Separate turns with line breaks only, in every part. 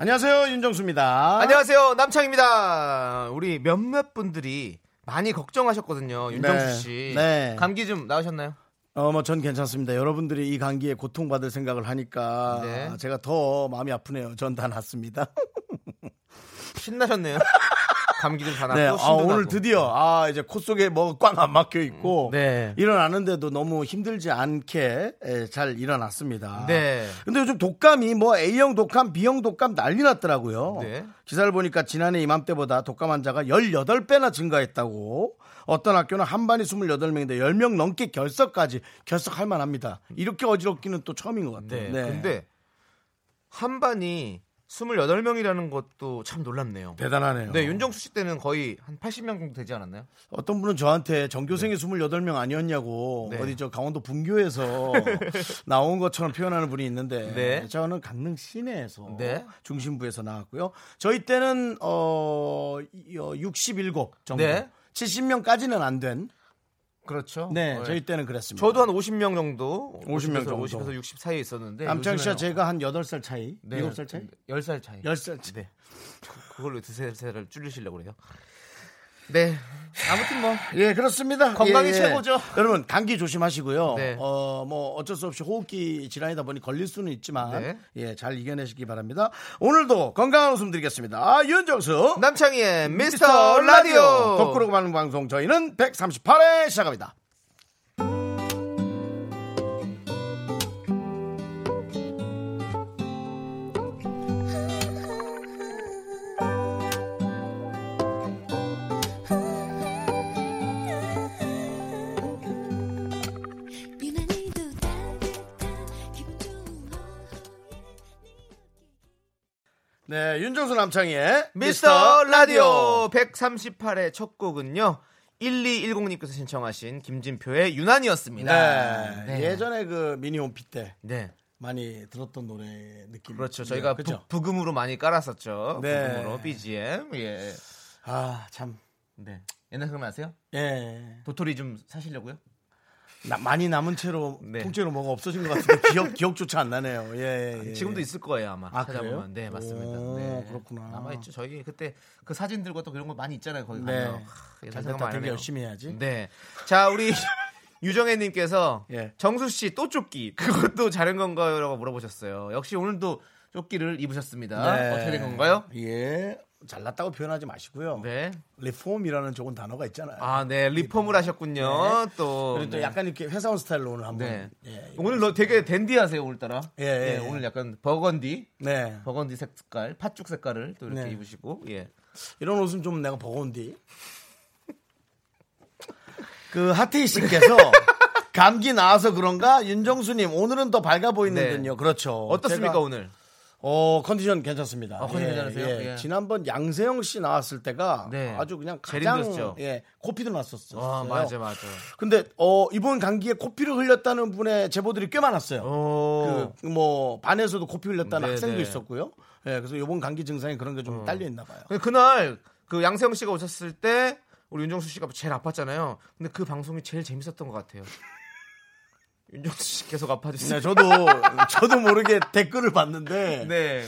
안녕하세요 윤정수입니다
안녕하세요 남창입니다. 우리 몇몇 분들이 많이 걱정하셨거든요
네,
윤정수 씨
네.
감기 좀 나으셨나요?
어뭐 전 괜찮습니다 여러분들이 이 감기에 고통받을 생각을 하니까
네.
제가 더 마음이 아프네요 전 다 낫습니다
신나셨네요. 감기도 다
네,
낫고
아,
신도
오늘
나고.
드디어 아 이제 코 속에 뭐가 꽉 안 막혀 있고
음, 네.
일어나는데도 너무 힘들지 않게 예, 잘 일어났습니다.
네.
근데 요즘 독감이 뭐 A형 독감, B형 독감 난리 났더라고요.
네.
기사를 보니까 지난해 이맘때보다 독감 환자가 18배나 증가했다고. 어떤 학교는 한반이 28명인데 10명 넘게 결석까지 결석할 만합니다. 이렇게 어지럽기는 또 처음인 것
네.
같아요.
근데 한 반이 28명이라는 것도 참 놀랍네요.
대단하네요.
네, 윤정수 씨 때는 거의 한 80명 정도 되지 않았나요?
어떤 분은 저한테 전교생이 28명 아니었냐고
네.
어디 저 강원도 분교에서 나온 것처럼 표현하는 분이 있는데
네.
저는 강릉 시내에서
네.
중심부에서 나왔고요. 저희 때는 어 67곡 정도
네.
70명까지는 안 된.
그렇죠.
네,
어,
저희 때는 그랬습니다.
저도 한 50명 정도
50명 정도.
50에서 60 사이에 있었는데
남창 씨와
네, 요즘에는-
제가 한 8살 차이,
네,
7살 차이,
10살 차이.
10살 차이.
네. 그- 그걸로 두세 세를 줄이시려고 그래요. 네. 아무튼 뭐
예, 그렇습니다.
건강이
예, 예.
최고죠.
여러분, 감기 조심하시고요.
네.
어, 뭐 어쩔 수 없이 호흡기 질환이다 보니 걸릴 수는 있지만
네.
예, 잘 이겨내시기 바랍니다. 오늘도 건강한 웃음 드리겠습니다. 아, 윤정수.
남창희의 네, 미스터 라디오.
거꾸로 가는 방송 저희는 138회 시작합니다.
유난히도 따뜻한 기분 좋은 오후
네, 윤정수 남창희의
미스터 라디오 138의 첫 곡은요. 1210님께서 신청하신 김진표의 유난이었습니다.
네. 예전에 그 미니홈피 때
네.
많이 들었던 노래 느낌.
그렇죠. 저희가
네, 그죠?
부- 부금으로 많이 깔았었죠.
네.
부금으로 BGM. 예.
아, 참.
네. 옛날 생각 아세요?
예.
도토리 좀 사시려고요?
나- 많이 남은 채로
네.
통째로 뭐가 없어진 것 같은데 기억 기억조차 안 나네요. 예, 예, 예.
지금도 있을 거예요 아마
아, 그래요?
찾아보면 네 맞습니다.
오,
네.
그렇구나.
남아 있죠. 저희 그때 그 사진들과 또 그런 거 많이 있잖아요. 거기
네.
가면. 하, 옛날
자세히 다
생각 많이
되게
나네요.
열심히 해야지.
네. 자 우리 유정혜님께서
예.
정수 씨 또 조끼 그것도 자른 건가요?라고 물어보셨어요. 역시 오늘도 조끼를 입으셨습니다.
네.
어떻게 된 건가요?
예. 잘났다고 표현하지 마시고요.
네.
리폼이라는 좋은 단어가 있잖아요.
아, 네 리폼을 하셨군요. 또,
그리고 또
네.
약간 이렇게 회사원 스타일로 오늘 한번.
네.
예.
오늘 너 되게 댄디하세요 오늘따라.
예, 예,
네,
예.
오늘 약간 버건디,
네.
버건디 색깔, 팥죽 색깔을 또 이렇게
네.
입으시고 예.
이런 옷은 좀 내가 버거운디. 그 하태희 씨께서 감기 나와서 그런가 윤정수님 오늘은 더 밝아 보이는
네.
듯요. 그렇죠.
어떻습니까
제가
오늘?
어 컨디션 괜찮습니다.
아, 컨디션 괜찮으세요? 예.
지난번 양세형 씨 나왔을 때가
네.
아주 그냥
제일
가장
힘들었죠.
예 코피도 났었어요.
아, 맞아, 맞아.
근데 어 이번 감기에 코피를 흘렸다는 분의 제보들이 꽤 많았어요.
오.
그뭐 반에서도 코피 흘렸다는
네,
학생도
네.
있었고요. 예, 그래서 이번 감기 증상이 그런 게 좀 딸려 있나 봐요.
그, 그날 그 양세형 씨가 오셨을 때 우리 윤정수 씨가 제일 아팠잖아요. 근데 그 방송이 제일 재밌었던 것 같아요. 윤정수 씨 계속
네,
아파지세요.
저도 저도 모르게 댓글을 봤는데
네.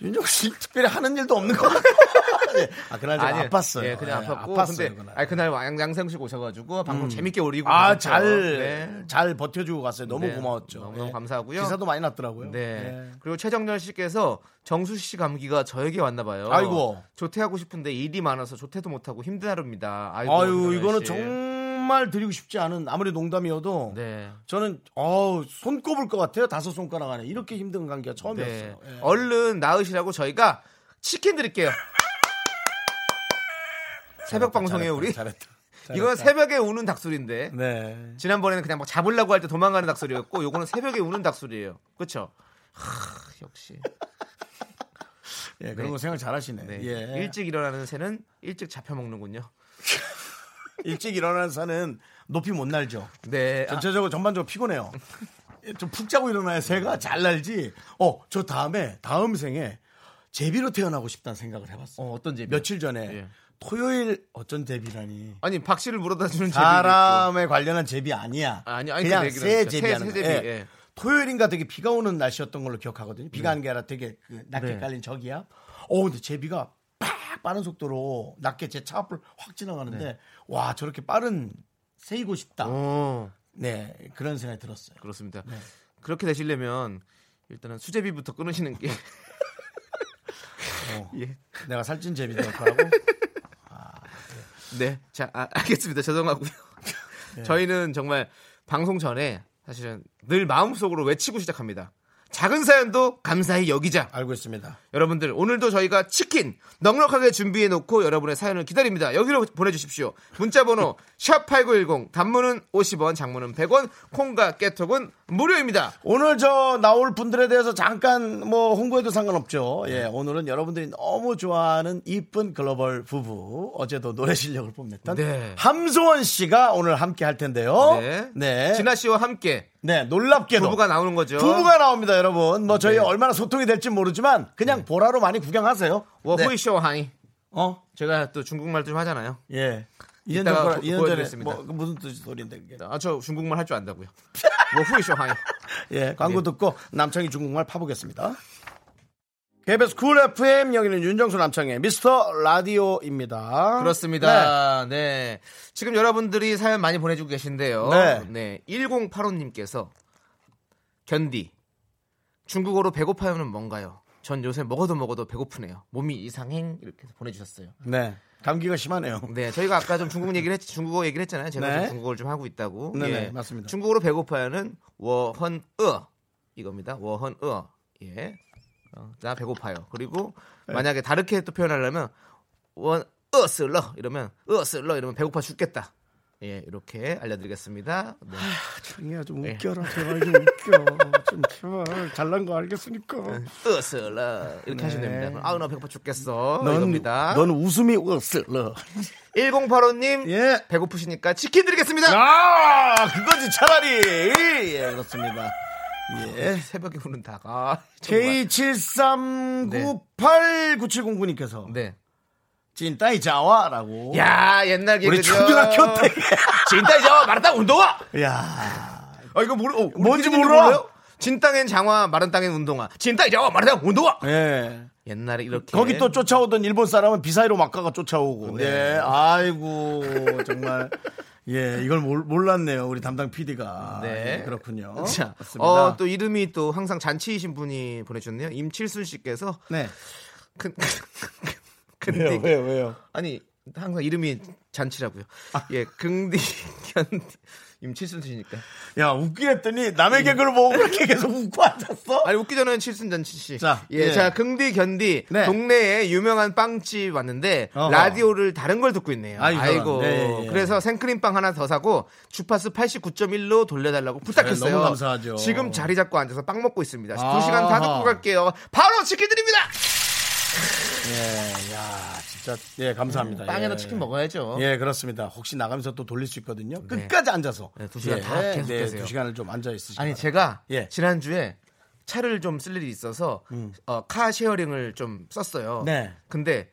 윤정 씨 특별히 하는 일도 없는 것 같아요. 예. 아 그날 좀
아니에요.
아팠어요.
예, 그냥
예,
아팠고.
아팠어요,
근데
그날.
아니, 그날 양- 양세형 씨가 오셔가지고 방송 재밌게 올리고.
아,
그러셨죠.
잘,
네.
잘 버텨주고 갔어요. 너무
네.
고마웠죠.
너무너무
예.
감사하고요.
기사도 많이 났더라고요.
네.
예.
그리고 최정렬 씨께서 정수 씨 감기가 저에게 왔나 봐요.
아이고.
조퇴하고 싶은데 일이 많아서 조퇴도 못하고 힘든 하루입니다. 아이고.
아유,
정렬
이거는
씨.
정말 드리고 싶지 않은 아무리 농담이어도
네.
저는 어우, 손 꼽을 것 같아요. 다섯 손가락 안에. 이렇게 힘든 관계가 처음이었어요. 예.
네. 얼른 나으시라고 저희가 치킨 드릴게요. 새벽 방송에 우리
잘했다.
이건 새벽에 우는 닭소리인데
네.
지난번에는 그냥 막 잡으려고 할 때 도망가는 닭소리였고 요거는 새벽에 우는 닭소리예요. 그렇죠? 역시
예, 그런
네.
거 생각 잘하시네.
네.
예. 일찍,
일찍 일어나는 새는 일찍 잡혀 먹는군요.
일어나는 사는 높이 못 날죠.
네. 아,
전체적으로 전반적으로 피곤해요. 예, 좀 푹 자고 일어나야 새가 잘 날지. 어, 저 다음에 다음 생에 제비로 태어나고 싶다는 생각을 해봤어. 요
어, 어떤 제비?
며칠 전에
예.
토요일 어떤 제비라니.
아니 박씨를 물어다 주는 제비.
사람에 관련한 제비 아니야.
아니, 아니,
그냥
그 얘기는
새
진짜
제비
새-
하는
새
거.
제비,
예.
예.
토요일인가 되게 비가 오는 날씨였던 걸로 기억하거든요. 비가 하는 게 아니라 되게 그 낮게
네.
깔린 저기야. 어, 근데 제비가 팍 빠른 속도로 낮게 제 차 앞을 확 지나가는데 와 저렇게 빠른 새이고 싶다.
네. 어,
네 그런 생각이 들었어요.
그렇습니다.
네.
그렇게 되시려면 일단은 수제비부터 끊으시는 게
어,
예.
내가 살찐 제비 될 거라고.
네. 자, 아, 알겠습니다. 죄송하고요.
네.
저희는 정말 방송 전에 사실은 늘 마음속으로 외치고 시작합니다. 작은 사연도 감사히 여기자.
알고 있습니다.
여러분들 오늘도 저희가 치킨 넉넉하게 준비해 놓고 여러분의 사연을 기다립니다. 여기로 보내주십시오. 문자번호 샵8910 단문은 50원 장문은 100원 콩과 깨톡은 무료입니다.
오늘 저 나올 분들에 대해서 잠깐 뭐 홍보해도 상관없죠. 예,
네.
오늘은 여러분들이 너무 좋아하는 이쁜 글로벌 부부 어제도 노래 실력을 뽐냈던
네.
함소원 씨가 오늘 함께 할 텐데요.
네.
네,
진아 씨와 함께
네 놀랍게도
부부가 나오는 거죠.
부부가 나옵니다, 여러분. 뭐 저희
네.
얼마나 소통이 될지 모르지만 그냥 보라로 많이 구경하세요.
워
네.
후이쇼 하이.
어,
제가 또 중국말 좀 하잖아요.
예. 2년
이따가
전
보-
이년 전에
보여드리겠습니다.
뭐, 그 무슨 뜻 소리인데 그게.
아 저 중국말 할 줄 안다고요. 워후이쇼 하이.
예, 광고
네.
듣고 남창희 중국말 파보겠습니다. KBS 쿨 FM 여기는 윤정수 남창희 미스터 라디오입니다.
그렇습니다. 네. 지금 여러분들이 사연 많이 보내주고 계신데요.
네.
네. 1085님께서 견디. 중국어로 배고파요는 뭔가요? 전 요새 먹어도 먹어도 배고프네요. 몸이 이상행 이렇게 보내주셨어요.
네. 네. 감기가 심하네요.
네, 저희가 아까 좀 중국 얘기를 했, 중국어 얘기를 했잖아요. 제가
네.
좀 중국어를 좀 하고 있다고. 예.
네, 네, 맞습니다.
중국어로 배고파요는 워헌어 이겁니다. 워헌어 예, 어, 나 배고파요. 그리고
네.
만약에 다르게 또 표현하려면 원어슬러 이러면 어슬러 이러면 배고파 죽겠다. 예, 이렇게 알려드리겠습니다. 네.
창희야 좀 웃겨라. 제발 좀 웃겨. 좀 제발 잘난 거 알겠으니까.
어슬러 이렇게 하시면 됩니다. 그럼 아우 나 배고파 죽겠어.
네. 넌,
이겁니다.
넌 웃음이 없을러.
1085님
예.
배고프시니까 치킨 드리겠습니다.
아, 그거지 차라리. 예, 그렇습니다. 예.
새벽에 우는 다가 정말.
K73989709님께서
네.
찐따이 자와라고.
야 옛날 개그죠.
우리 초등학교 때.
진땅이죠. 마른 땅 운동화.
야
아 이거 모르. 어,
뭔지
우리끼리
몰라.
몰라요? 진땅엔 장화, 마른 땅엔 운동화. 진땅이죠. 마른 땅 운동화.
예.
옛날에 이렇게.
거기 또 쫓아오던 일본 사람은 비사이로 막가가
네.
쫓아오고. 예. 아이고, 정말. 예, 이걸 몰, 몰랐네요. 우리 담당 PD가. 예,
네.
그렇군요.
자,
어? 맞습니다.
어, 또 이름이 또 항상 잔치이신 분이 보내주셨네요. 임칠순 씨께서
네.
큰,
왜요,
근디
왜요, 왜요?
아니 항상 이름이 잔치라고요.
아.
예, 긍디 견디 임칠순 씨니까.
야, 웃긴 했더니 남의 개그를 보고 그렇게 계속 웃고 앉았어?
아니 웃기 전에는 칠순 잔치 씨.
자,
예,
예.
자 긍디 견디
네.
동네에 유명한 빵집 왔는데
어허.
라디오를 다른 걸 듣고 있네요.
아이고,
아이고.
네, 예.
그래서 생크림 빵 하나 더 사고 주파수 89.1로 돌려달라고 부탁했어요.
네, 너무 감사하죠.
지금 자리 잡고 앉아서 빵 먹고 있습니다. 두
아하.
시간 다 듣고 갈게요. 바로 치킨 드립니다.
예, 야, 진짜. 예, 감사합니다.
음, 빵에다
예.
치킨 먹어야죠.
예, 그렇습니다. 혹시 나가면서 또 돌릴 수 있거든요. 끝까지 앉아서.
네, 두 시간 다 계속
네,
계세요.
두 시간을 좀 앉아 있으시고.
아니 제가
예. 음.
지난주에 차를 좀 쓸 일이 있어서 어, 카 쉐어링을 좀 썼어요.
네.
근데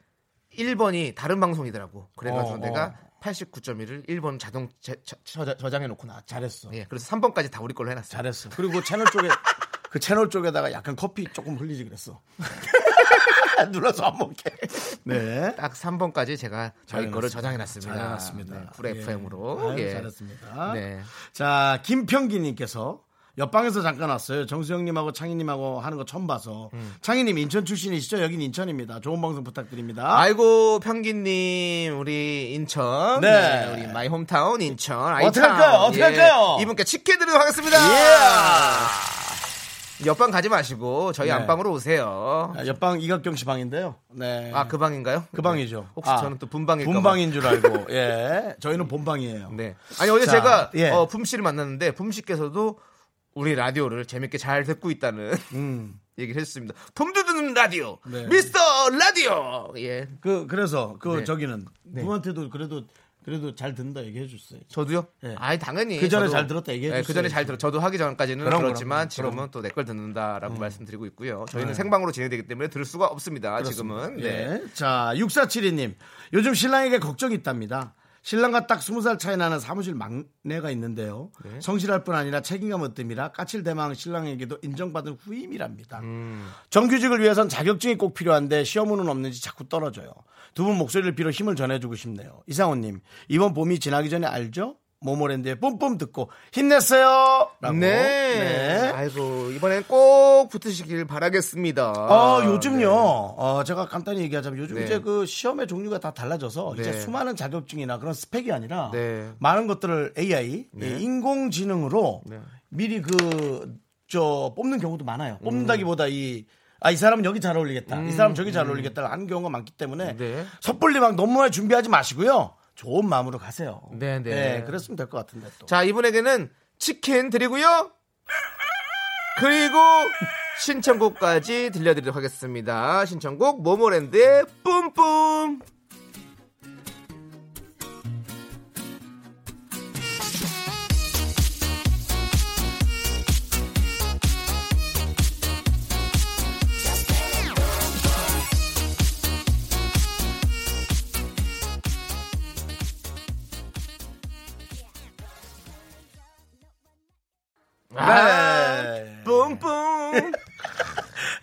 1번이 다른 방송이더라고. 그래가지고
어,
내가 89.1을 1번 자동 제- 저- 저- 저장해 놓고 나왔죠.
잘했어.
예, 그래서 3번까지 다 우리 걸로 해놨어요.
잘했어. 그리고 채널 쪽에 그 채널 쪽에다가 약간 커피 조금 흘리지 그랬어. 눌러서 안 먹게. 네.
딱 3번까지 제가 저희 거를 저장해 놨습니다.
잘해놨습니다. 예.
네, 쿨 FM으로.
아유,
예.
잘했습니다.
네.
자, 김평기님께서 옆방에서 잠깐 왔어요. 정수영님하고 창희님하고 하는 거 처음 봐서. 창희님 인천 출신이시죠? 여긴 인천입니다. 좋은 방송 부탁드립니다.
아이고 평기님 우리 인천
네.
네, 우리 마이 홈타운 인천
어떻게
아이타운. 예.
할까요? 어떻게 할까요? 예.
이분께 치킨 드리도록 하겠습니다 옆방 가지 마시고 저희
네.
안방으로 오세요
아, 옆방 이각경 씨 방인데요. 네.
아 그 방인가요?
그 방이죠.
혹시
아,
저는 또 분방일까 봐.
분방인 줄 알고. 예. 저희는 본방이에요.
네. 아니 어제
자,
제가
예.
어, 품씨를 만났는데 품씨께서도 우리 라디오를 재밌게 잘 듣고 있다는
음.
얘기를 해주습니다 톰드드는 라디오,
네.
미스터 라디오. 예,
그 그래서 그
네.
저기는 누구한테도 그래도 그래도 잘 듣는다 얘기해 줬어요.
저도요.
예.
아니 당연히
그 전에 잘 들었다 얘기해
그
줬어야지.
전에 잘 들었. 저도 하기 전까지는
그럼, 그럼,
그렇지만
음. 네.
지금은 또 내 걸 듣는다라고 말씀드리고 있고요. 저희는 생방으로 진행되기 때문에 들을 수가 없습니다. 지금은 네.
예. 자, 6472님. 요즘 신랑에게 걱정이 있답니다. 신랑과 딱 20살 차이 나는 사무실 막내가 있는데요.
네.
성실할 뿐 아니라 책임감 으뜸이라 까칠대망 신랑에게도 인정받은 후임이랍니다.
음.
정규직을 위해선 자격증이 꼭 필요한데 시험은 없는지 자꾸 떨어져요. 두 분 목소리를 비롯 힘을 전해주고 싶네요. 이상호님, 이번 봄이 지나기 전에 알죠? 모모랜드의 뿜뿜 듣고 힘냈어요! 라고.
네. 아이고 이번엔 꼭 붙으시길 바라겠습니다.
아, 요즘요. 어, 제가 간단히 얘기하자면 요즘
네.
이제 그 시험의 종류가 다 달라져서 이제
네.
수많은 자격증이나 그런 스펙이 아니라
네.
많은 것들을 AI, 예, 인공지능으로
네.
미리 그, 저, 뽑는 경우도 많아요.
음.
뽑는다기보다 이, 아, 이 사람은 여기 잘 어울리겠다. 이 사람은 저기 잘 어울리겠다. 하는 경우가 많기 때문에
음. 네.
섣불리 막 너무 준비하지 마시고요. 좋은 마음으로 가세요.
네, 네.
그랬으면 될 것 같은데 또.
자 이분에게는 치킨 드리고요. 그리고 신청곡까지 들려드리도록 하겠습니다. 신청곡 모모랜드의 뿜뿜. 아,
네.
뿜뿜.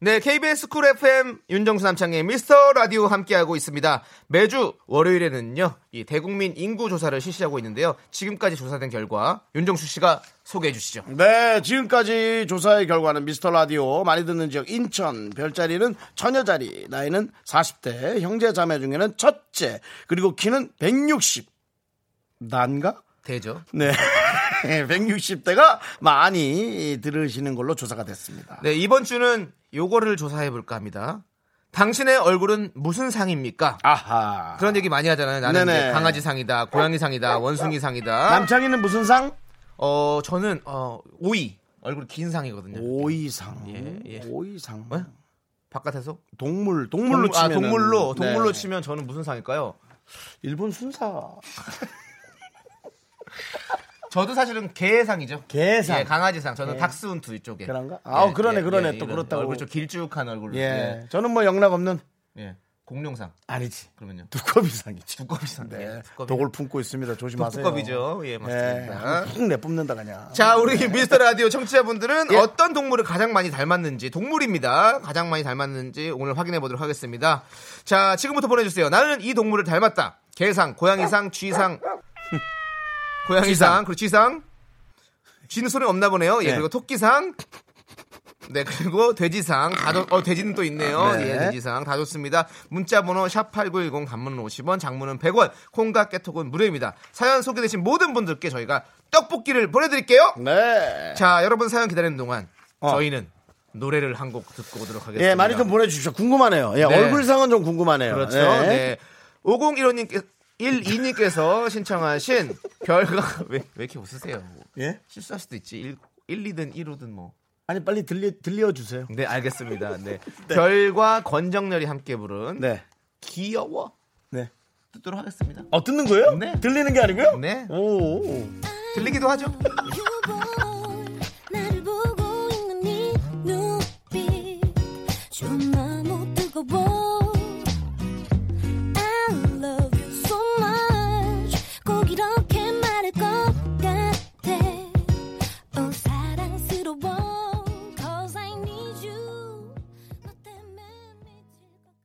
네, KBS 쿨 FM 윤정수 남창의 미스터 라디오 함께하고 있습니다. 매주 월요일에는요, 이 대국민 인구 조사를 실시하고 있는데요. 지금까지 조사된 결과 윤정수 씨가 소개해 주시죠.
네, 지금까지 조사의 결과는 미스터 라디오 많이 듣는 지역 인천 별자리는 처녀자리, 나이는 40대, 형제 자매 중에는 첫째, 그리고 키는 160. 난가?
되죠.
네. 160대가 많이 들으시는 걸로 조사가 됐습니다.
네, 이번 주는 요거를 조사해 볼까 합니다. 당신의 얼굴은 무슨 상입니까?
아하.
그런 얘기 많이 하잖아요. 나는
네네.
이제 강아지 상이다, 고양이 상이다, 원숭이 상이다.
남창희는 무슨 상?
어, 저는 어, 오이. 얼굴 긴 상이거든요.
오이상.
네. 예, 예.
오이상.
어? 바깥에서?
동물, 동물로
아,
치면.
동물로
네.
동물로 치면 저는 무슨 상일까요?
일본 순사.
저도 사실은 개상이죠.
개상.
예, 강아지상. 저는
예.
닥스훈트 이쪽에. 예,
그런가? 아, 그러네, 그러네. 또
이런
그렇다고.
얼굴 좀 길쭉한 얼굴로.
예.
예.
저는 뭐 영락 없는.
예. 공룡상.
아니지.
그러면요.
두꺼비상이지.
두꺼비상.
네.
예, 두꺼비.
독을 품고 있습니다. 조심하세요.
독두꺼비죠. 예, 맞습니다.
예, 훅 내뿜는다 그냥.
자, 우리 미스터 라디오 청취자분들은 어떤 동물을 가장 많이 닮았는지, 동물입니다. 가장 많이 닮았는지 오늘 확인해 보도록 하겠습니다. 자, 지금부터 보내주세요. 나는 이 동물을 닮았다. 개상, 고양이상, 쥐상, 고양이상, 그리고 쥐상. 쥐는 소리 없나 보네요. 예,
네.
그리고 토끼상. 네, 그리고 돼지상. 다 좋- 어, 돼지는 또 있네요.
네.
예, 돼지상. 다 좋습니다. 문자번호 샵8910 단문은 50원, 장문은 100원, 콩과 깨톡은 무료입니다. 사연 소개되신 모든 분들께 저희가 떡볶이를 보내드릴게요.
네.
자, 여러분 사연 기다리는 동안
어.
저희는 노래를 한 곡 듣고 오도록 하겠습니다.
예, 많이 좀 보내주십시오. 궁금하네요. 예,
네.
얼굴상은 좀 궁금하네요.
그렇죠.
예.
네. 5015님께서 12님께서 신청하신 별과 왜, 왜 이렇게 웃으세요?
예?
실수할 수도 있지. 1, 1든 1호든 뭐.
아니, 빨리 들리, 들려주세요.
네, 알겠습니다. 네. 별과 권정렬이 함께 부른
네.
귀여워
네.
듣도록 하겠습니다.
어, 듣는 거예요?
네.
들리는 게 아니고요?
네.
오. 오.
들리기도 하죠.
유볼 나를 보고 있는 네 눈빛 좀 너무 뜨거워 I love you so much 꼭 이렇게 말할 것 같아 어, 오 사랑스러워 Cause I need you 너 때문에 미칠 것 같아.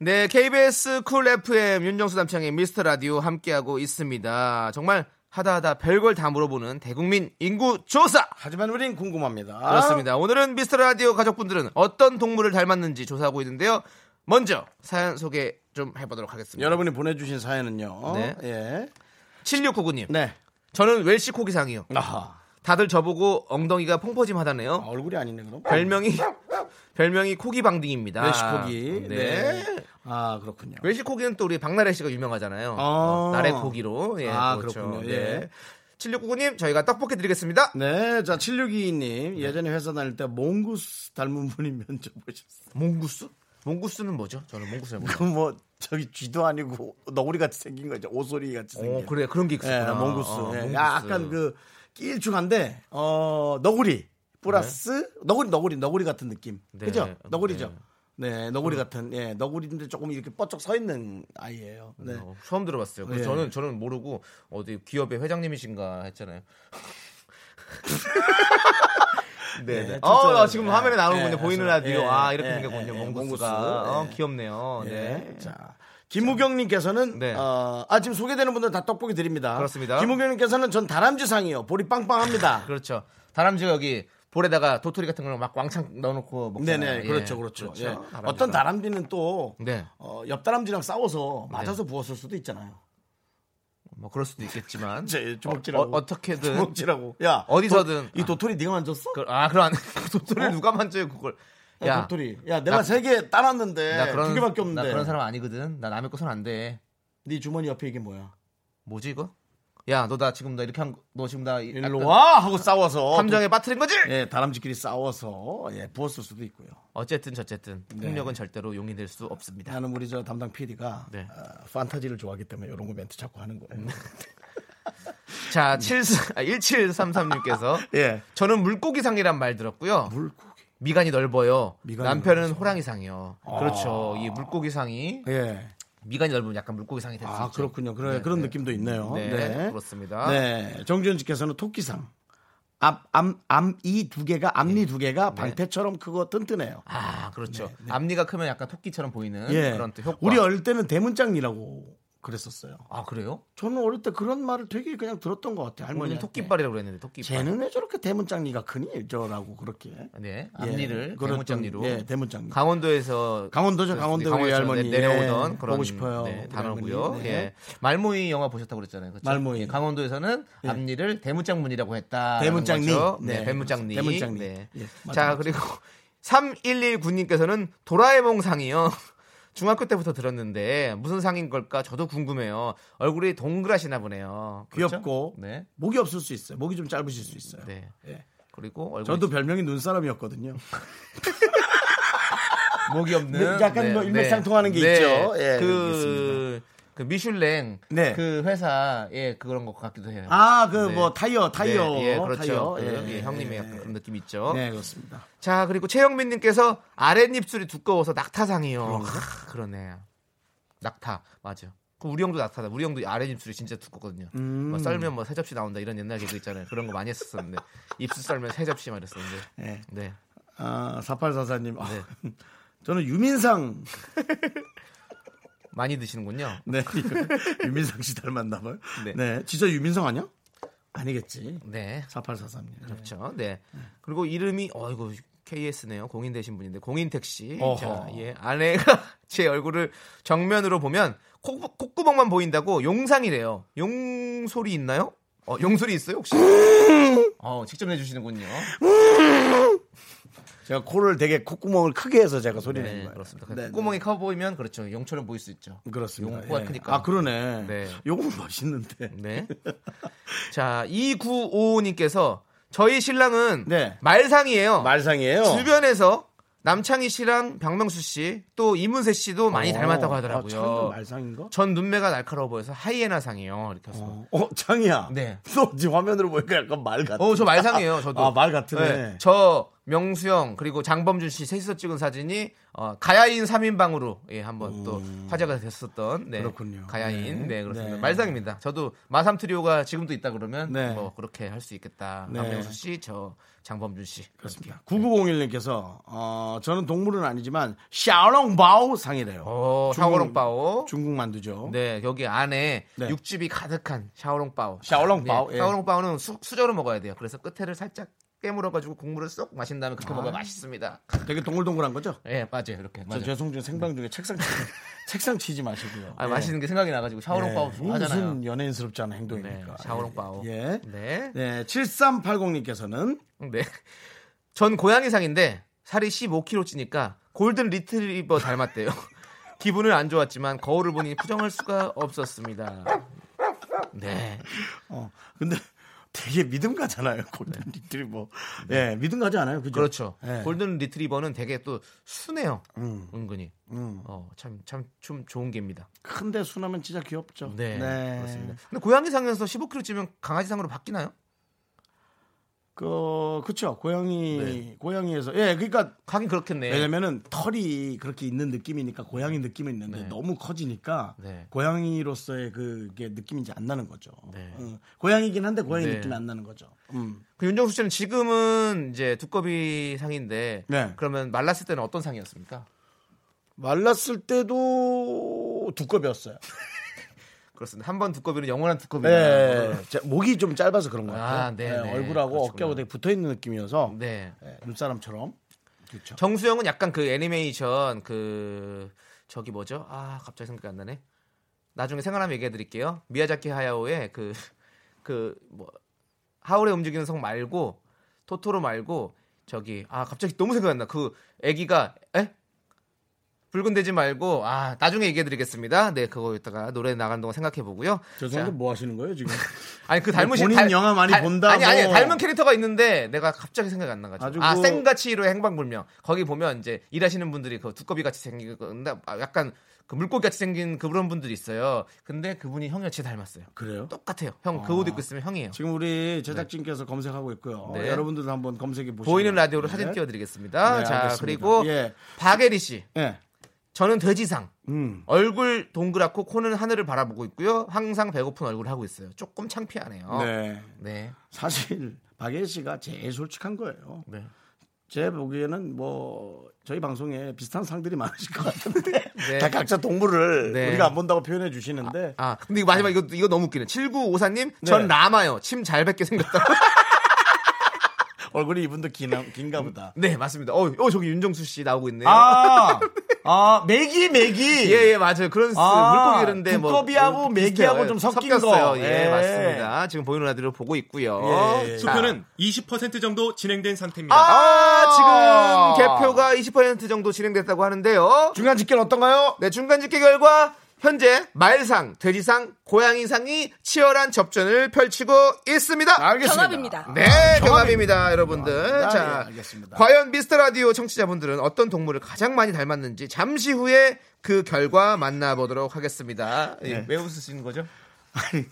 네, 네, KBS 쿨 FM 윤정수 남창의 미스터 라디오 함께하고 있습니다. 정말 하다하다 별걸 다 물어보는 대국민 인구 조사.
하지만 우린 궁금합니다.
그렇습니다. 오늘은 미스터 라디오 가족분들은 어떤 동물을 닮았는지 조사하고 있는데요. 먼저 사연 소개 좀 해보도록 하겠습니다.
여러분이 보내주신 사연은요.
네.
예.
7699님.
네.
저는 웰시 코기상이요.
아하.
다들 저보고 엉덩이가
아,
퐁퍼짐하다네요.
얼굴이 아니네 그럼.
별명이 별명이 코기방딩입니다.
멸시코기.
네.
네. 아 그렇군요.
웰시코기는 또 우리 박나래 씨가 유명하잖아요. 어,
아.
나래 고기로. 예,
아,
그렇죠.
그렇군요.
네.
예.
7699님 저희가 떡볶이 드리겠습니다.
네, 자 7622님 예전에 회사 다닐 때 몽구스 닮은 분이 면접 보셨어요.
몽구스? 몽구스는 뭐죠? 저는 몽구스를 몰라요.
그뭐 저기 쥐도 아니고 너구리 같이 생긴 거죠. 오소리 같이 생긴.
어, 그래 그런 게
예,
있구나.
몽구스.
어,
예,
몽구스.
약간 그 끼일충한데 어 너구리 플러스 너구리 너구리 너구리 같은 느낌.
네. 음.
그죠? 너구리죠.
네.
네, 너구리 같은 예 너구리인데 조금 이렇게 뻗쩍 서 있는 아이예요. 네.
어, 처음 들어봤어요. 그래서
예.
저는 저는 모르고 어디 기업의 회장님이신가 했잖아요. 네. 네.
네,
어,
진짜.
아, 지금
네.
화면에 나오는군요.
네,
보이는
그래서,
라디오.
예,
아, 이렇게
예,
생겼군요.
예, 예,
몽구스가.
몽구스.
어,
네.
귀엽네요. 네.
네. 자. 김우경님께서는
네.
어, 아 지금 소개되는 분들 다 떡볶이 드립니다.
그렇습니다.
김우경님께서는 전 다람쥐상이요. 볼이 빵빵합니다.
그렇죠. 다람쥐가 여기 볼에다가 도토리 같은 걸 막 왕창 넣어놓고 먹잖아요.
네네
예.
그렇죠 그렇죠. 예.
다람쥐가.
어떤 다람쥐는 또
네.
어, 옆 다람쥐랑 싸워서 맞아서 부었을 수도 있잖아요.
뭐 그럴 수도 있겠지만.
이제
어,
주먹질하고
어, 떻게든
주먹질하고 야
어디서든. 아,
도, 이 도토리 네가 만졌어?
그, 아, 그럼 안- 그 도토리를 누가 만져요, 그걸.
야, 어, 도토리 야 내가
나-
세 개 따놨는데
나 그런,
두 개밖에
나
없는데
그런 사람 아니거든. 나 남의 것은 안 돼.
네 주머니 옆에 이게 뭐야?
아, 뭐지, 이거? 야, 너 나 지금 나 이렇게 한, 거- 너 지금 나. 이-
일로
약간
와 하고 싸워서
그 함정에 빠뜨린 거지?
도- 예 다람쥐끼리 싸워서 예 부었을 수도 있고요.
어쨌든, 저쨌든.
네.
폭력은 절대로 용인될 수 없습니다.
나는 우리 저 담당 PD가 어,
네. 음,
판타지를 좋아하기 때문에 이런 거 멘트 자꾸 하는 거예요.
자, 7, 1733님께서.
예.
저는 물고기상이란 말 들었고요.
물고기.
미간이 넓어요.
미간이 아.
남편은 호랑이상이요. 그렇죠. 이 물고기상이
예.
미간이 넓으면 약간 물고기상이 될 수 있죠.
아 그렇군요. 그래 그런 느낌도 있네요.
네,
네,
그렇습니다.
네, 정준 씨께서는 토끼상. 암, 암, 암이 두 개가
네.
앞니 두 개가 방패처럼 크고 튼튼해요.
아, 그렇죠. 앞니가 크면 약간 토끼처럼 보이는
네, 예,
그런 또 효과.
우리 어릴 때는 대문짝이라고 그랬었어요.
아, 그래요?
저는 어릴 때 그런 말을 되게 그냥 들었던 것 같아요.
우리는
할머니
토끼발이라고 그랬는데 토끼발.
쟤는 왜 저렇게 대문짝니가 크니? 저라고 그렇게. 예,
네, 앞니를
그랬던-
대문짝니로.
예, 대문짝니.
강원도에서
강원도죠,
그-
강원도
강원도에서
우리 할머니.
내- 내려오던
예,
그런
보고 싶어요,
네,
우리
단어고요.
할머니. 네.
예. 말모이 영화 보셨다고 그랬잖아요. 그렇죠?
말모이.
예, 강원도에서는 앞니를 대문짝문이라고 했다.
대문짝니.
네,
네,
대문짝니.
대문짝니.
네.
예, 맞아,
자,
맞아.
그리고 3119님께서는 도라에몽 상이요. 중학교 때부터 들었는데 무슨 상인 걸까 저도 궁금해요. 얼굴이 동그라시나 보네요. 그렇죠?
귀엽고
네.
목이 없을 수 있어요. 목이 좀 짧으실 수 있어요.
네.
예.
그리고 얼굴
저도 별명이 눈사람이었거든요.
목이 없는
네, 약간 뭐 일맥상통하는 게 있죠. 예,
그, 그 미슐랭
네.
그 회사 예 그런 것 같기도 해요.
아 그
네.
뭐 타이어 타이어
네, 예, 그렇죠.
타이어
그, 예, 형님의 약간 그런 느낌 있죠.
네 그렇습니다.
자 그리고 최영민님께서 아랫입술이 두꺼워서 낙타상이요. 크, 그러네. 낙타 맞아. 그 우리 형도 낙타다. 우리 형도 아랫입술이 진짜 두껍거든요.
음.
뭐 썰면 뭐 세 접시 나온다 이런 옛날 개그 있잖아요. 그런 거 많이 했었는데 입술 썰면 세 접시 말했었는데.
네.
네.
아 사팔사사님 저는 유민상
많이 드시는군요.
네 이거 유민상 씨 닮았나 봐요.
네.
네. 진짜 유민상 아니야? 아니겠지.
네.
사팔사사님.
그렇죠. 네. 그리고 이름이 어이고 KS네요. 공인 되신 분인데 공인택 씨.
어허.
자, 예. 아내가 제 얼굴을 정면으로 보면 콧, 콧구멍만 보인다고 용상이래요. 용 소리 있나요? 어, 용 소리 있어요, 혹시? 어, 직접 내 주시는군요.
제가 코를 되게 콧구멍을 크게 해서 제가 소리 낸
네,
거예요.
그렇습니다.
네,
콧구멍이 커 보이면 그렇죠. 용처럼 보일 수 있죠.
네. 그렇습니다.
용 코가
예.
크니까.
아 그러네.
네.
요건 멋있는데.
네. 자, 2955님께서 저희 신랑은
네.
말상이에요.
말상이에요.
주변에서 남창희 씨랑 박명수 씨 또 이문세 씨도 많이
어,
닮았다고
아, 창이
하더라고요.
말상인가?
전 눈매가 날카로워 보여서 하이에나 상이요. 이렇게 해서. 어,
어, 어, 창이야.
네. 어,
너 지금 화면으로 보니까 약간 말 같아.
저 말상이에요. 저도.
아, 말 같으네.
저 명수형 그리고 장범준 씨 셋이서 찍은 사진이 어, 가야인 3인방으로 예, 한번 또 화제가 됐었던 네,
그렇군요.
가야인
네.
네, 그렇습니다.
네.
말상입니다. 저도 마삼 트리오가 지금도 있다 그러면
네.
뭐 그렇게 할 수 있겠다.
네.
박명수 씨, 저 장범준 씨.
그렇습니다. 9901님께서 어, 저는 동물은 아니지만 샤오롱바오 상이래요.
오,
중국-
어, 샤오롱바오.
중국 만두죠.
네, 여기 안에
어? 네.
육즙이 가득한 샤오롱바오. 네,
샤오롱바오, 예.
샤오롱바오는 수, 수저로 먹어야 돼요. 그래서 끝에를 살짝 깨물어가지고 국물을 쏙 마신 다음에
아.
그렇게 먹으면 맛있습니다.
되게 동글동글한 거죠?
예, 맞아요. 이렇게.
저
맞아요. 네.
죄송 중에 생방 중에 책상 치, 책상 치지 마시고요.
아, 맛있는 게 생각이 나가지고 샤오롱바오
예.
하잖아요.
무슨 연예인스럽지 않은
네,
행동입니까?
샤오롱바오.
예.
네.
네, 7380님께서는
네. 전 고양이상인데 살이 15kg 찌니까 골든 리트리버 닮았대요. 기분은 안 좋았지만 거울을 보니 부정할 수가 없었습니다. 네.
어, 근데 되게 믿음 가잖아요. 골든 리트리버. 예, 믿음 가지 않아요. 그죠?
네. 그렇죠.
예.
골든 리트리버는 되게 또 순해요.
음,
은근히.
음.
어, 참, 참, 좀 좋은 개입니다.
큰데 순하면 진짜 귀엽죠.
네. 그렇습니다. 근데 고양이상에서 15kg 찌면 강아지상으로 바뀌나요?
그, 그쵸. 고양이, 고양이에서. 예, 그러니까
하긴 네. 그렇겠네.
왜냐면은 털이 그렇게 있는 느낌이니까 고양이 느낌은 있는데 너무 커지니까
네.
고양이로서의 그게 느낌인지 안 나는 거죠.
네.
음, 고양이긴 한데 고양이
네.
느낌이 안 나는 거죠. 음.
그 윤정수 씨는 지금은 이제 두꺼비 상인데
네.
그러면 말랐을 때는 어떤 상이었습니까?
말랐을 때도 두꺼비였어요.
그렇습니다. 한 번 두꺼비는 영원한 두꺼비.
네. 제 목이 좀 짧아서 그런 것 같아요. 예,
아, 네, 네.
얼굴하고
그렇구나.
어깨하고 되게 붙어 있는 느낌이어서
네.
네, 눈사람처럼. 그렇죠.
정수영은 약간 그 애니메이션 그 저기 뭐죠? 아 갑자기 생각이 안 나네. 나중에 생각나면 얘기해 드릴게요. 미야자키 하야오의 그 그 뭐 하울의 움직이는 성 말고 토토로 말고 저기 아 갑자기 너무 생각이 안 나. 그 애기가 에? 붉은 돼지 말고 아 나중에 얘기해 드리겠습니다. 네 그거 이따가 노래 나가는 동안 생각해 보고요.
죄송한데 뭐 하시는 거예요 지금?
아니 그 닮으신
본인 영화 많이 본다고.
아니 아니 닮은 캐릭터가 있는데 내가 갑자기 생각이 안
아주
나가지고 아
그-
생가치로의 행방불명 거기 보면 이제 일하시는 분들이 그 두꺼비 같이 생긴 건데 아, 약간 그 물고기 같이 생긴 그런 분들이 있어요. 근데 그분이 형이랑 진짜 닮았어요.
그래요?
똑같아요. 형 그 옷 입고 있으면 형이에요.
지금 우리 제작진께서 검색하고 있고요.
네.
여러분들도 한번 검색해 보시고
보이는 라디오로 사진 띄워드리겠습니다.
네,
자
알겠습니다.
그리고
예.
박예리 씨,
예.
저는 돼지상.
음.
얼굴 동그랗고 코는 하늘을 바라보고 있고요. 항상 배고픈 얼굴을 하고 있어요. 조금 창피하네요.
네.
네.
사실 박예 씨가 제일 솔직한 거예요.
네.
제 보기에는 뭐 저희 방송에 비슷한 상들이 많으실 것 같은데
네.
다 각자 동물을
네.
우리가 안 본다고 표현해 주시는데
아, 근데 이거 마지막 이거 이거 너무 웃기네. 7954님,
네.
전 라마요. 침 잘 뱉게 생겼다.
얼굴이 이분도 기나, 긴가 보다.
네, 맞습니다. 어, 어, 저기 윤정수 씨 나오고 있네요.
아, 아, 매기, 매기.
예, 예, 맞아요. 그런
아,
물고기 이런데 뭐
두꺼비하고
어,
메기하고
비슷해요.
좀 섞인
섞였어요.
거.
예,
예.
맞습니다. 지금 보이는 라디오를 보고 있고요.
예.
자.
투표는 20% 정도 진행된 상태입니다.
아, 지금 개표가 20% 정도 진행됐다고 하는데요.
중간 집계는 어떤가요?
네, 중간 집계 결과 현재 말상, 돼지상, 고양이상이 치열한 접전을 펼치고 있습니다.
알겠습니다.
경합입니다.
네, 경합입니다, 여러분들.
경합입니다.
자,
네, 알겠습니다.
과연 미스터 라디오 청취자분들은 어떤 동물을 가장 많이 닮았는지 잠시 후에 그 결과 만나보도록 하겠습니다. 예, 왜 웃으시는 거죠?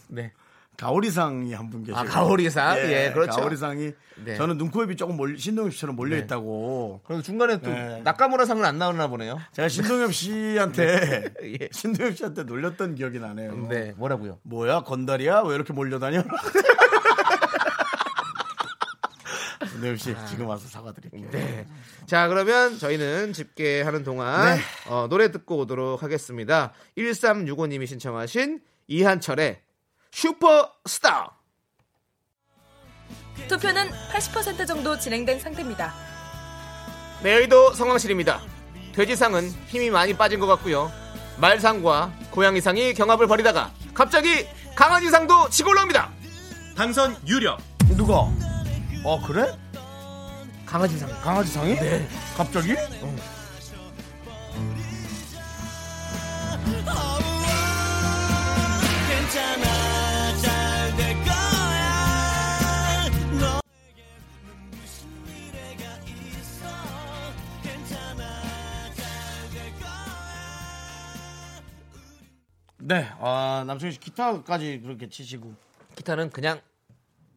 네.
가오리상이 한 분 계세요.
아, 가오리상? 예, 그렇죠.
가오리상이
네.
저는 눈코입이 조금 몰, 신동엽 씨처럼 몰려 있다고.
그럼 중간에 또
네.
낙가무라 상은 안 나오나 보네요.
제가 신동엽 씨한테
예.
신동엽 씨한테 놀렸던 기억이 네. 나네요.
네, 뭐라고요?
뭐야 건달이야? 왜 이렇게 몰려다녀? 신동엽 씨 지금 와서 사과드릴게요.
네. 자, 그러면 저희는 집계하는 동안 어, 노래 듣고 오도록 하겠습니다. 1365님이 신청하신 이한철의 슈퍼스타.
투표는 80% 정도 진행된 상태입니다.
내의도 네, 성황실입니다. 돼지상은 힘이 많이 빠진 것 같고요. 말상과 고양이상이 경합을 벌이다가 갑자기 강아지상도 치고 올라옵니다.
당선 유력
누가? 어 그래?
강아지상.
강아지상이? 네. 갑자기? 네, 아, 남성희 씨 기타까지 그렇게 치시고.
기타는 그냥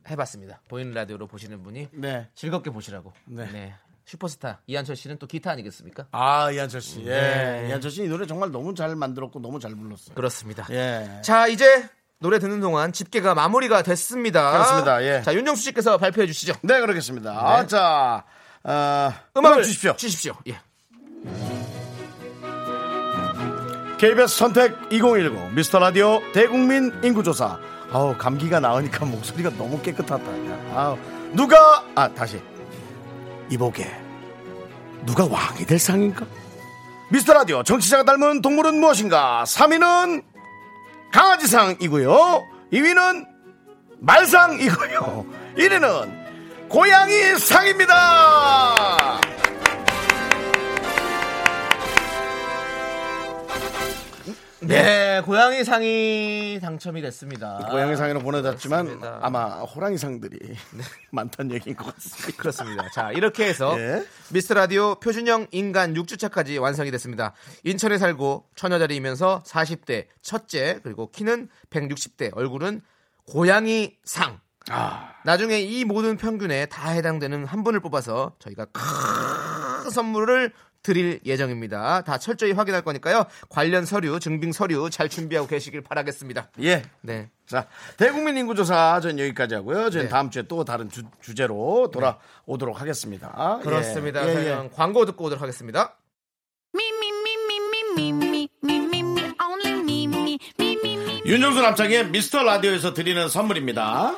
해봤습니다. 보이는 라디오로 보시는 분이
네.
즐겁게 보시라고.
네.
네. 슈퍼스타 이한철 씨는 또 기타 아니겠습니까?
아 이한철 씨, 예,
네.
이한철 씨 이 노래 정말 너무 잘 만들었고 너무 잘 불렀어요.
그렇습니다.
예,
자 이제 노래 듣는 동안 집계가 마무리가 됐습니다.
그렇습니다, 예.
자 윤정수 씨께서 발표해 주시죠.
네 그렇겠습니다. 아, 자, 어,
음악을
음악을 주십시오.
주십시오. 예.
KBS 선택 2019 미스터 라디오 대국민 인구조사. 아우 감기가 나으니까 목소리가 너무 깨끗하다. 아 누가 아 다시 이보게 누가 왕이 될 상인가? 미스터 라디오 정치자가 닮은 동물은 무엇인가? 3위는 강아지상이고요. 2위는 말상이고요. 1위는 고양이 상입니다.
네, 고양이 상이 당첨이 됐습니다.
고양이 상으로 보내졌지만
아, 그렇습니다. 네.
아마 호랑이 상들이 많다는 얘기인 것 같습니다.
그렇습니다. 자, 이렇게 해서
예.
미스터 라디오 표준형 인간 6주차까지 완성이 됐습니다. 인천에 살고 처녀자리이면서 40대 첫째, 그리고 키는 160대, 얼굴은 고양이 상.
아,
나중에 이 모든 평균에 다 해당되는 한 분을 뽑아서 저희가 큰 선물을 드릴 예정입니다. 다 철저히 확인할 거니까요. 관련 서류, 증빙 서류 잘 준비하고 계시길 바라겠습니다.
예.
네.
자, 대국민 인구조사 전 여기까지 하고요. 저는
네.
다음 주에 또 다른 주, 제로 돌아오도록 하겠습니다.
그렇습니다.
예, 예,
그러면 광고 듣고 오도록 하겠습니다.
예. 윤정수 남창의 미스터 라디오에서 드리는 선물입니다.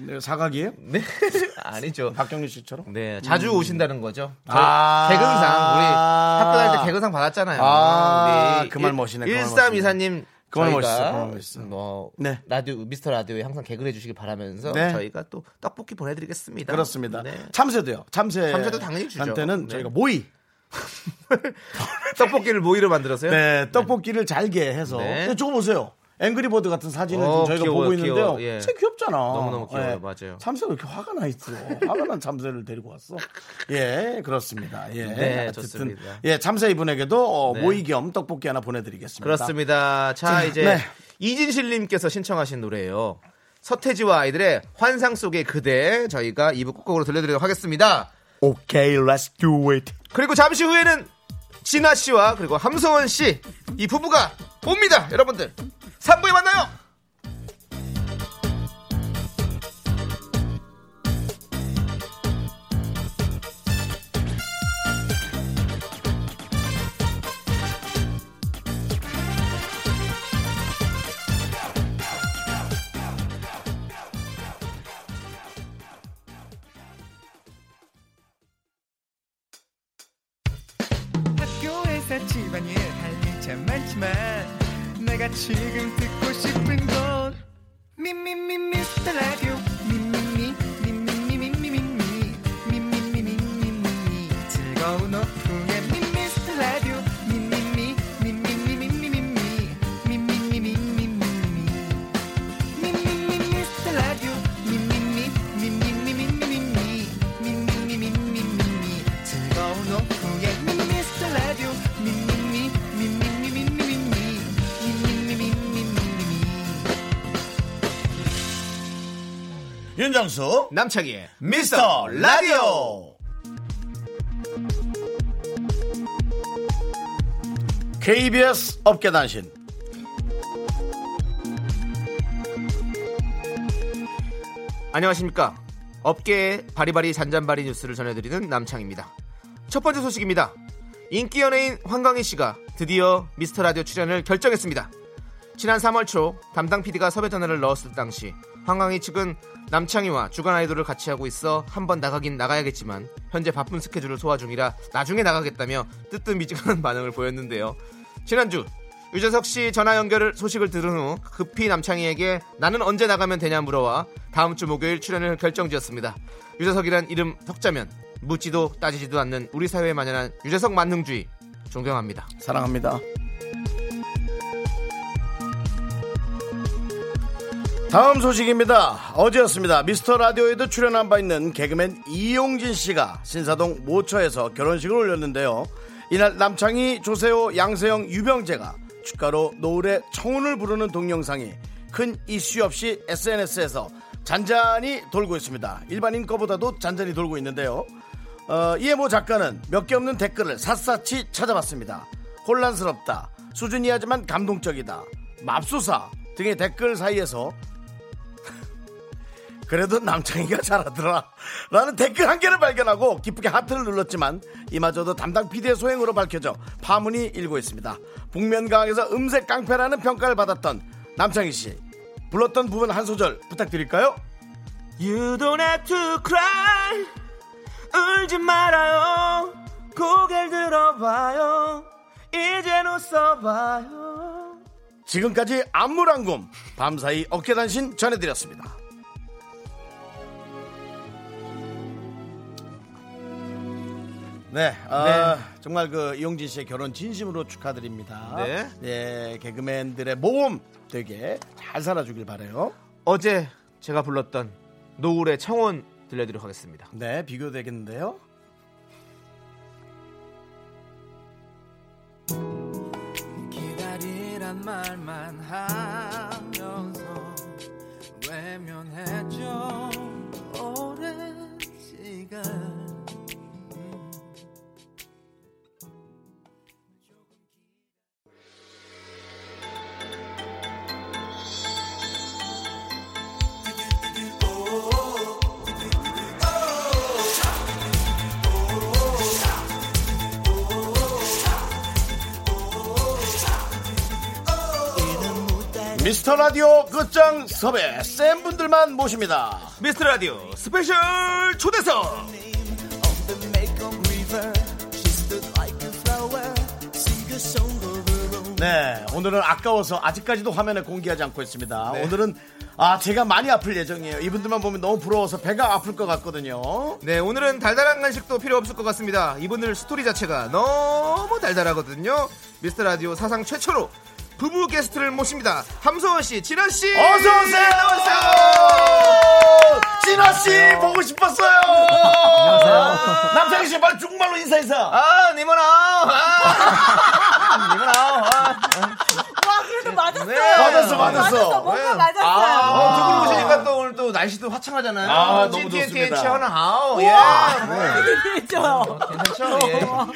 네, 사각이에요?
네. 아니죠.
박경리 씨처럼?
네, 자주 오신다는 거죠. 저-
아.
개근상 우리 학교 다닐 때 개근상 받았잖아요.
아, 그말 멋있네, 그말
일삼 이사님
그말 멋있어, 그말 멋있어.
뭐
네.
라디오 미스터 라디오에 항상 개그를 해주시길 바라면서
네.
저희가 또 떡볶이 보내드리겠습니다.
그렇습니다.
네.
참새도요. 참새.
참새도 당연히 주죠.
한테는
네.
저희가 모이.
떡볶이를 모이로 만들었어요.
네, 떡볶이를 잘게 해서.
네.
근데 저거 보세요. 앵그리버드 같은 사진을
어,
지금 저희가
귀여워요,
보고 있는데요.
귀여워. 예.
진짜 귀엽잖아. 예.
너무너무 귀여워요. 맞아요.
참새가 왜 이렇게 화가 나 있어. 화가 난 참새를 데리고 왔어. 예, 그렇습니다. 예.
네,
어쨌든,
좋습니다.
예, 참새 이분에게도 어,
네.
모이 겸 떡볶이 하나 보내드리겠습니다.
그렇습니다. 자
자,
이제
네.
이진실님께서 신청하신 노래예요. 서태지와 아이들의 환상 속의 그대 저희가 2부 꾹꾹으로 들려드리도록 하겠습니다.
오케이, let's do it.
그리고 잠시 후에는 진아 씨와 그리고 함성원 씨 이 부부가 옵니다. 여러분들 3부에 만나요.
학교에서 집안일 할 일 참 많지만 내가 지금 듣고 싶은 건 미미미 미스터 라디오 미미미 미미미 미미미 미미미 미미미 즐거운 오후에 미스터 라디오 미미미 미미미 미미미 미미미 미미미
윤정수,
남창희의
미스터 라디오 KBS 업계단신
안녕하십니까. 업계의 바리바리 잔잔바리 뉴스를 전해드리는 남창입니다. 첫 번째 소식입니다. 인기 연예인 황강희 씨가 드디어 미스터 라디오 출연을 결정했습니다. 지난 3월 초 담당 PD가 섭외 전화를 넣었을 당시 황강희 측은 남창희와 주간 아이돌을 같이 하고 있어 한 번 나가긴 나가야겠지만 현재 바쁜 스케줄을 소화 중이라 나중에 나가겠다며 뜨뜻미지근한 반응을 보였는데요. 지난주 유재석 씨 전화 연결을 소식을 들은 후 급히 남창희에게 나는 언제 나가면 되냐 물어와 다음 주 목요일 출연을 결정지었습니다. 유재석이란 이름 석자면 묻지도 따지지도 않는 우리 사회에 만연한 유재석 만능주의 존경합니다.
사랑합니다. 다음 소식입니다. 어제였습니다. 미스터 라디오에도 출연한 바 있는 개그맨 이용진 씨가 신사동 모처에서 결혼식을 올렸는데요. 이날 남창희, 조세호, 양세형, 유병재가 축가로 노을의 청혼을 부르는 동영상이 큰 이슈 없이 SNS에서 잔잔히 돌고 있습니다. 일반인 거보다도 잔잔히 돌고 있는데요. 어, 이해모 작가는 몇 개 없는 댓글을 샅샅이 찾아봤습니다. 혼란스럽다. 수준이 하지만 감동적이다. 맙소사 등의 댓글 사이에서 그래도 남창희가 잘하더라 라는 댓글 한 개를 발견하고 기쁘게 하트를 눌렀지만 이마저도 담당 PD의 소행으로 밝혀져 파문이 일고 있습니다. 북면강에서 음색 깡패라는 평가를 받았던 남창희 씨 불렀던 부분 한 소절 부탁드릴까요?
You don't have to cry. 울지 말아요. 고개를 들어봐요. 이젠 웃어봐요.
지금까지 안무랑곰 밤사이 어깨단신 전해드렸습니다. 네, 아, 정말 그 이용진 씨의 결혼 진심으로 축하드립니다.
네.
예, 개그맨들의 모험 되게 잘 살아주길 바래요.
어제 제가 불렀던 노을의 청혼 들려드리도록 하겠습니다.
네, 비교되겠는데요.
기다리란 말만 하면서 외면했죠 오랜 시간
미스터 라디오 끝장 섭외 센 분들만 모십니다.
미스터 라디오 스페셜 초대석
네, 오늘은 아까워서 아직까지도 화면에 공개하지 않고 있습니다. 오늘은 아 제가 많이 아플 예정이에요. 이분들만 보면 너무 부러워서 배가 아플 것 같거든요.
네 오늘은 달달한 간식도 필요 없을 것 같습니다 이분들 스토리 자체가 너무 달달하거든요 미스터 라디오 사상 최초로 부부 게스트를 모십니다 함소원씨 진아씨 네,
어서 오세요. 진아 씨 보고 싶었어요. 안녕하세요. 남창희 씨 빨리 중말로 인사 인사.
아 니모나 아,
와
네.
그래도 맞았어요.
아. 네. 맞았어 맞았어.
뭐?
뭔가 맞았어요.
어, 두 분 오시니까 또 오늘 또 날씨도 화창하잖아요
아, 너무
TNT,
좋습니다. 네.
TNT 하나 아우 예 어,
그렇죠.
괜찮죠 예.
와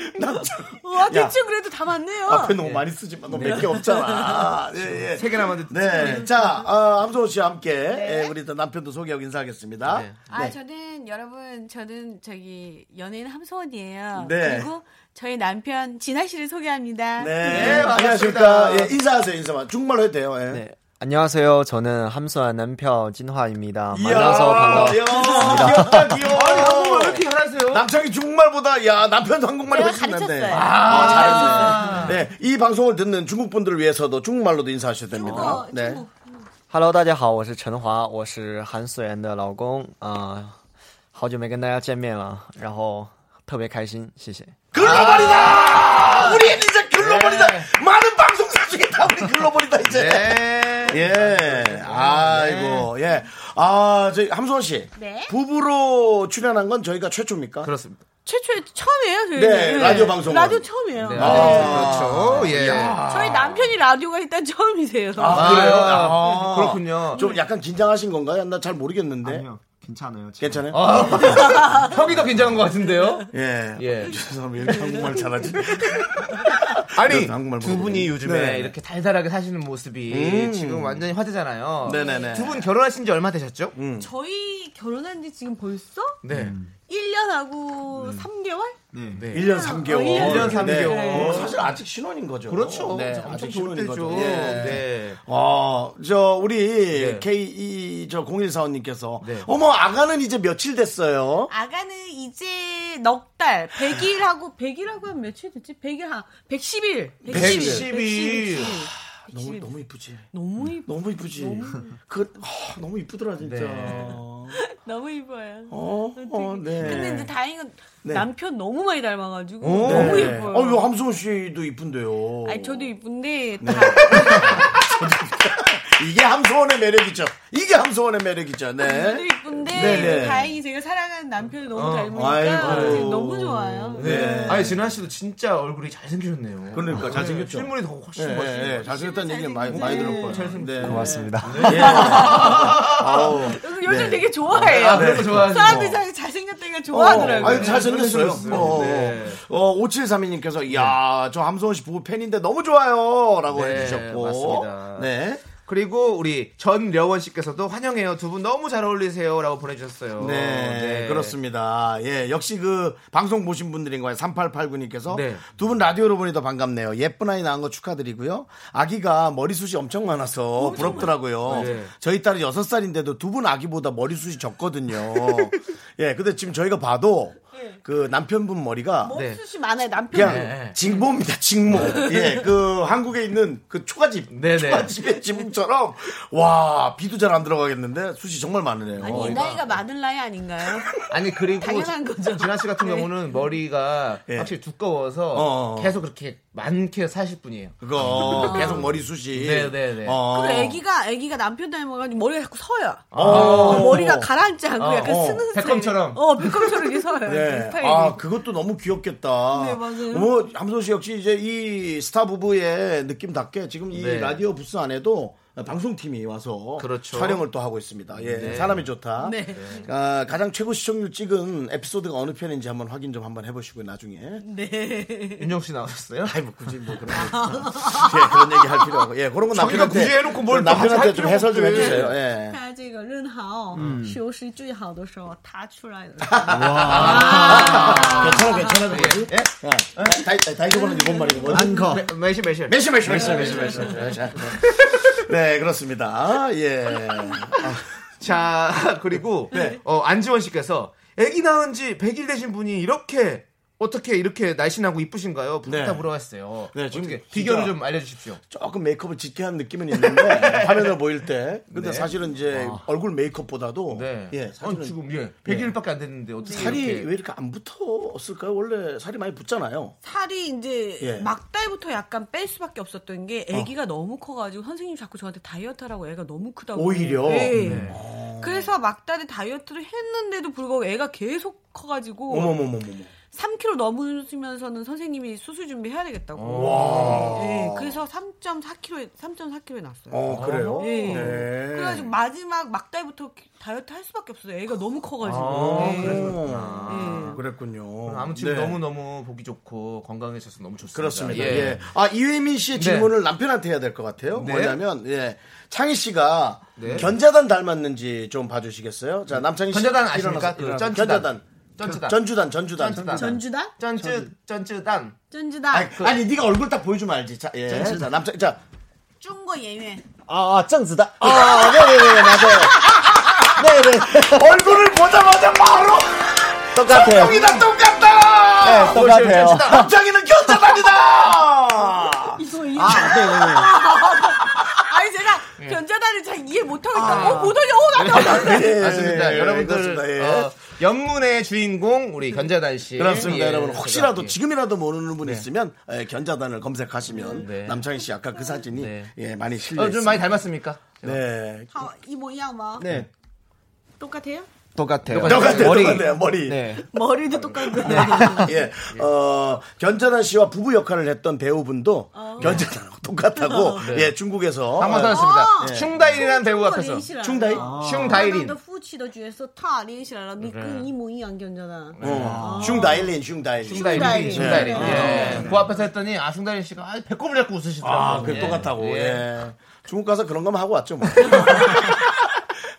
야.
대충 그래도 다 맞네요.
앞에 너무 많이 쓰지 마. 너 몇 개 없잖아. 예, 예.
세 개나 만든
네. 자, 어, 함소호 씨와 함께 예, 우리 또 남편도 소개하고 인사하겠습니다.
네.
아, 저는 여러분, 저는 저기 연예인 함소원이에요.
네.
그리고 저희 남편 진아 씨를 소개합니다.
네,
반갑습니다.
안녕하십니까. 예, 인사하세요, 인사만. 중말로 해도 돼요. 예.
네, 안녕하세요. 저는 함수한 남편 진화입니다.
이야, 이야, 귀엽다, 귀여워.
아니 한국말 왜 이렇게 잘하세요
남창이 중국말보다 야 남편도 한국말이
제가
훨씬 낫네.
가르쳤어요.
아, 잘했네. 네, 이 방송을 듣는 중국 분들을 위해서도 중국말로도 인사하셔야 됩니다.
어,
네.
중국.
Hello，大家好，我是陈华，我是韩素妍的老公啊、好久没跟大家见面了，然后特别开心，谢谢。
글로벌이다. 우리 이제 글로벌이다. 많은 방송사 중에 다 우리 글로벌이다 이제.
네.
예, 아이고, 예. 아, 저희, 함소원 씨.
네.
부부로 출연한 건 저희가 최초입니까?
그렇습니다
최초에 처음이에요, 저희.
네, 라디오 방송은.
라디오 처음이에요.
네,
아.
그렇죠 예
저희 남편이 라디오가 일단 처음이세요.
아, 그래요?
아,
아.
그렇군요
좀 약간 긴장하신 건가요? 나 잘 모르겠는데.
괜찮아요.
괜찮아요?
어? 형이 더 긴장한 것 같은데요
예.
예.
죄송합니다. 이렇게 한국말 잘하지.
아니
한국말
두
모르겠네.
분이 요즘에
네.
이렇게 달달하게 사시는 모습이
음.
지금 완전히 화제잖아요.
네네네. 음.
두 분 결혼하신 지 얼마 되셨죠?
저희 결혼한 지 지금 벌써
네.
1년하고
음.
3개월?
네.
1년 3개월.
어, 1년
3개월.
네. 어, 사실 아직 신혼인 거죠.
그렇죠.
네,
엄청
아직
좋을
신혼인 거죠.
때죠.
예.
네.
어, 저, 우리,
네.
K, E, 저, 0145님께서.
네.
어머, 아가는 이제 며칠 됐어요.
아가는 이제 넉 달, 100일하고, 100일하고 하면 며칠 됐지? 100일, 한 110일.
110일.
아, 너무, 너무 이쁘지.
너무 이뻐.
너무 이쁘지. 그, 하, 너무 이쁘더라, 진짜.
네.
너무 이뻐요.
어, 어, 네.
근데 이제 다행인 건
네.
남편 너무 많이 닮아가지고
오.
너무
네.
예뻐요.
어, 왜 함수원 씨도 이쁜데요.
아니 저도
네.
이쁜데 다-
이게 함소원의 매력이죠. 이게 함소원의 매력이죠.
저도
네.
이쁜데
네, 네.
다행히 제가 사랑하는 남편이 너무
어,
닮으니까
아이고.
지금 너무 좋아요.
네.
아니 진아 씨도 진짜 얼굴이 잘생기셨네요.
그러니까, 잘생겼죠.
실물이 더 훨씬
예,
멋있어요.
예, 잘생겼다는 얘기를 많이, 많이 들었고요. 네.
고맙습니다.
예. 아우.
요즘
네.
되게 좋아해요.
아, 그런 거 좋아하시고.
사람들이 자기 잘생겼다니까 좋아하더라고요.
어, 아니, 잘생겼어요.
잘생겼어요.
어,
네.
어, 5732님께서, 이야, 저 함소원 씨 보고 팬인데 너무 좋아요. 라고
네,
해주셨고.
맞습니다.
네.
그리고 우리 전려원 씨께서도 환영해요. 두 분 너무 잘 어울리세요라고 보내주셨어요.
네, 그렇습니다. 예, 역시 그 방송 보신 분들인 거예요. 3889님께서
네.
두 분 라디오로 보니 더 반갑네요. 예쁜 아이 낳은 거 축하드리고요. 아기가 머리숱이 엄청 많아서 부럽더라고요.
네.
저희 딸이 6살인데도 두 분 아기보다 머리숱이 적거든요. 예, 근데 지금 저희가 봐도
예.
그 남편분 머리가
네.
숱이 뭐 많아요 남편.
그냥
네.
징모입니다, 징모. 예, 그 한국에 있는 그 초가집,
네네.
초가집의 지붕처럼 와 비도 잘 안 들어가겠는데 숱이 정말 많으네요.
어,
아니 이 나이가 많은 나이 아닌가요?
아니 그리고
당연한 거죠. 네.
진아 씨 같은 경우는 머리가
예.
확실히 두꺼워서
어, 어.
계속 그렇게 많게 사실 분이에요.
그거 계속 머리숱이.
아. 네네네.
어.
그리고 애기가 애기가 남편 닮아가지고 머리가 자꾸 서요.
어.
그 머리가 가라앉지 않고
어,
약간
어.
쓰는 스타일.
백검처럼.
어 백검처럼 이렇게 서요.
네.
스타일이.
아, 그것도 너무 귀엽겠다.
네, 맞아요.
뭐, 함선 씨 역시 이제 이 스타 부부의 느낌답게 지금 이
네.
라디오 부스 안에도 방송팀이 와서
그렇죠.
촬영을 또 하고 있습니다. 예,
네.
사람이 좋다.
네.
아, 가장 최고 시청률 찍은 에피소드가 어느 편인지 한번 확인 좀 한번 해보시고요, 나중에. 아.
윤정 씨 나오셨어요?
아이, 뭐 굳이 뭐 그런 거. 예, 그런 얘기 할 필요 없고. 예, 그런 건
저희가
남편한테.
굳이 해놓고 뭘다할
남편한테 좀
필요가
해설 좀
없지.
해주세요. 예.
他这个任豪休息最好的时候，他出来的时候。
괜찮아, 괜찮아, 그거지? 예? 다, 다, 다 읽어보는데 뭔 말이고. 안커.
매- 매실 매실.
매시 매시 매시 매시 매시 매시. 네 그렇습니다. 예.
자 그리고
네.
어, 안지원 씨께서 아기 낳은 지 100일 되신 분이 이렇게 어떻게 이렇게 날씬하고 이쁘신가요? 부탁
네.
물어봤어요.
네, 지금
어떻게
진짜-
비결을 좀 알려주십시오.
조금 메이크업을 짙게 한 느낌은 있는데 화면을 보일 때. 근데
네.
사실은 이제 얼굴 메이크업보다도
네.
예
아니,
사실은
지금 예, 100일밖에 안 됐는데 어떻게
살이
이렇게-
왜 이렇게 안 붙었을까요? 원래 살이 많이 붙잖아요.
살이 이제
예.
음.
어.
막달부터 약간 뺄 수밖에 없었던 게 아기가 너무 커가지고 선생님 자꾸 저한테 다이어트하라고 애가 너무 크다고
오히려?
네. 그래서 막달에 다이어트를 했는데도 불구하고 애가 계속 커가지고
어머머머머머.
3kg 넘으시면서는 선생님이 수술 준비해야 되겠다고
어. 와.
네. 그래서 3.4kg 3.4kg에
아.
났어요
어 그래요?
네.
네.
그래가지고 마지막 막달부터 다이어트 할 수밖에 없어요 애가 너무 커가지고
아,
네.
그랬구나.
예.
그랬군요. 네.
아무튼 너무 너무 보기 좋고 건강해져서 너무 좋습니다.
그렇습니다.
예.
예. 아 이회민 씨의
네.
질문을 남편한테 해야 될 것 같아요.
네.
뭐냐면 예. 창희 씨가
네.
견자단 닮았는지 좀 봐주시겠어요? 자 남창희 씨
견자단
일어나서,
아십니까? 그
일어나서.
전주단.
견자단
전주단.
전주단 전주단
전주단.
전주단?
쩐쯔 쩐쯔단.
전주단
아, 아니, 그- 아니, 네가 얼굴 딱 보여주면 알지. 자, 예. 자, 남창 자.
중고 예외
아, 아, 정즈다. 아, 네네네, 맞아요. 네네. 얼굴을 보자마자 바로
똑같아요.
정이다 네. 똑같다.
네,
어,
똑같아요.
남창이는 견자단이다.
이거 이
아, 네, 네, 네.
아니 제가 견자단을 잘 이해 못하겠다.
아.
어 보더니 어 나도 나도.
예,
맞습니다.
예,
여러분들
그렇습니다. 예.
어, 연문의 주인공 우리 견자단 씨.
그렇습니다,
예,
여러분.
제가,
혹시라도
예.
지금이라도 모르는 분 있으면 예, 견자단을 검색하시면
네.
남창희 씨 아까 그 사진이
네.
예, 많이 네. 실려
어,
있습니다.
좀 많이 닮았습니까?
네.
이 모양 아, 봐.
네.
똑같아요?
똑같아요.
똑같아요, 똑같아요, 머리. 네.
머리도 네. 똑같고.
예. 어, 견자단 씨와 부부 역할을 했던 배우분도 견자단하고 똑같다고
네.
예, 중국에서
한번
어,
살았습니다.
예.
충다일이라는
어,
배우 앞에서
충다이? 어.
아,
충다일인.
그
네.
那후치도주에서타리시라니그이모이안견잖아
어. 슝다일린 슝다일린.
충다일인. 충다일인.
네.
예. 그 앞에서 했더니 아 충다일인 씨가 아, 배꼽을 잡고 웃으시더라고요.
아, 그
예.
똑같다고. 예.
예.
중국 가서 그런 거만 하고 왔죠, 뭐.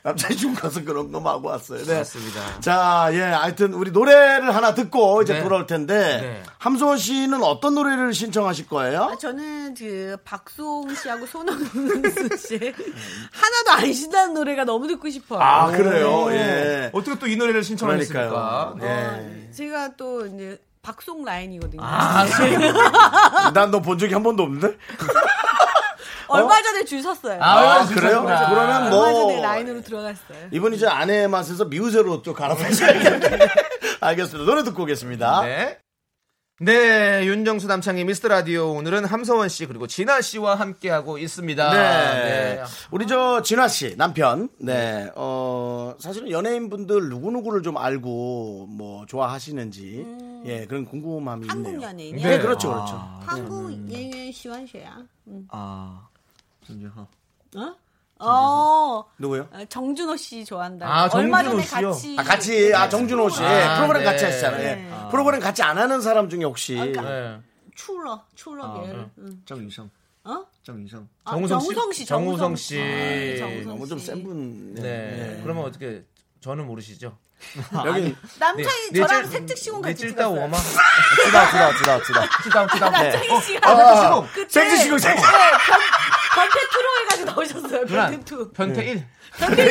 남자이 중국 가서 그런 거만 하고 왔어요. 네.
맞습니다.
자, 예, 하여튼 우리 노래를 하나 듣고 이제
네.
돌아올 텐데
네.
함소원 씨는 어떤 노래를 신청하실 거예요?
아, 저는 그 박수홍 씨하고 손흥민 씨 하나도 안 신다는 노래가 너무 듣고 싶어요.
아, 그래요. 예.
어떻게 또 이 노래를 신청하셨습니까?
그러니까요. 예. 어?
제가 또 이제 박송 라인이거든요.
아,
난 너 본 적이 한 번도 없는데?
얼마 전에 줄 섰어요.
아,
그래요?
얼마나 신청했구나.
그러면
얼마 전에
뭐
라인으로 들어갔어요.
이분 이제 아내의 맛에서 미우새로 또 갈아타셔야겠네. 알겠습니다. 노래 듣고 오겠습니다.
네. 네, 윤정수 남창희 미스터 라디오 오늘은 함서원 씨 그리고 진아 씨와 함께하고 있습니다.
네. 우리 저 진화 씨 남편. 네. 어, 사실은 연예인 분들 누구누구를 좀 알고 뭐 좋아하시는지 예, 그런 궁금함이
음. 한국
있네요.
연예인이요?
네, 그렇죠. 그렇죠.
아.
한국 예예 시원시야.
아, 진짜.
어? 어,
누구요?
아, 정준호 씨 좋아한다.
아,
얼마
정준호
전에
씨요?
같이
아, 같이 아 정준호 씨
아,
프로그램
네.
같이 하시잖아요. 예.
네.
프로그램 같이 안 하는 사람 중에 혹시
아, 그러니까.
네.
출러 출러 게 응.
정유성.
어?
정유성.
아,
정우성 씨?
정우성 씨.
정우성 씨.
아, 정우성
너무 좀
씨.
센 분. 네.
네. 그러면 어떻게 저는 모르시죠? 아,
여기
남창이 저랑 색즉시공 같이
찔다
찍었어요.
워마.
지다, 지다, 지다, 지다.
찔다 찔다.
네.
남창희 씨가
아,
그때
생지시고 생지.
변태 투로에 가서 나오셨어요. 변태 투.
변태 1.
예,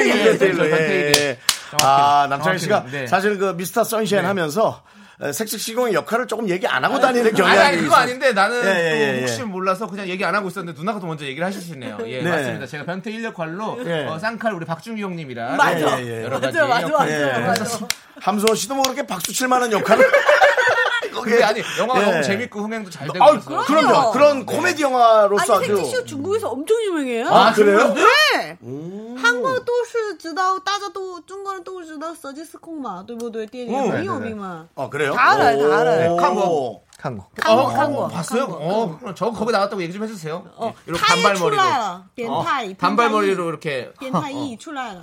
예,
일로, 일로.
예. 아, 남창희
네. 정확히는,
씨가
네.
사실 그 미스터 선샤인 하면서 색색시공의 역할을 조금 얘기 안 하고 다니는
아니, 아니,
경향이
그거
있어요.
아닌데 나는
예, 예,
또
예, 예.
혹시 몰라서 그냥 얘기 안 하고 있었는데 누나가 또 먼저 얘기를 하시시네요. 예,
네.
맞습니다. 제가 변태 1 역할로
예.
어, 쌍칼 우리 박준규 형님이랑
맞아.
예, 예, 여러 가지
맞아, 맞아,
예.
맞아, 맞아.
함소호 씨도 뭐 그렇게 박수 칠 만한 역할을
근데 아니 영화가
예.
너무 재밌고 흥행도 잘 되고
아,
네, 그래서
그럼요.
네.
그런 코미디 영화로서
아니
아주
색즉시고 중국에서 엄청 유명해요.
아, 그래요?
네. 한국 都是知道大家都中国人都知道手机是空嘛对不对电影没有病嘛
어, 그래요?
다 알아요, 다
네,
알아요.
뭐.
칸고.
한국.
한국 한국
봤어요? 어, 그럼 저 거기 나왔다고 얘기 좀 해주세요. 예,
어,
이렇게
타이
단발머리로.
출라요. 변타이.
어, 단발머리로 이렇게.
变态一出来了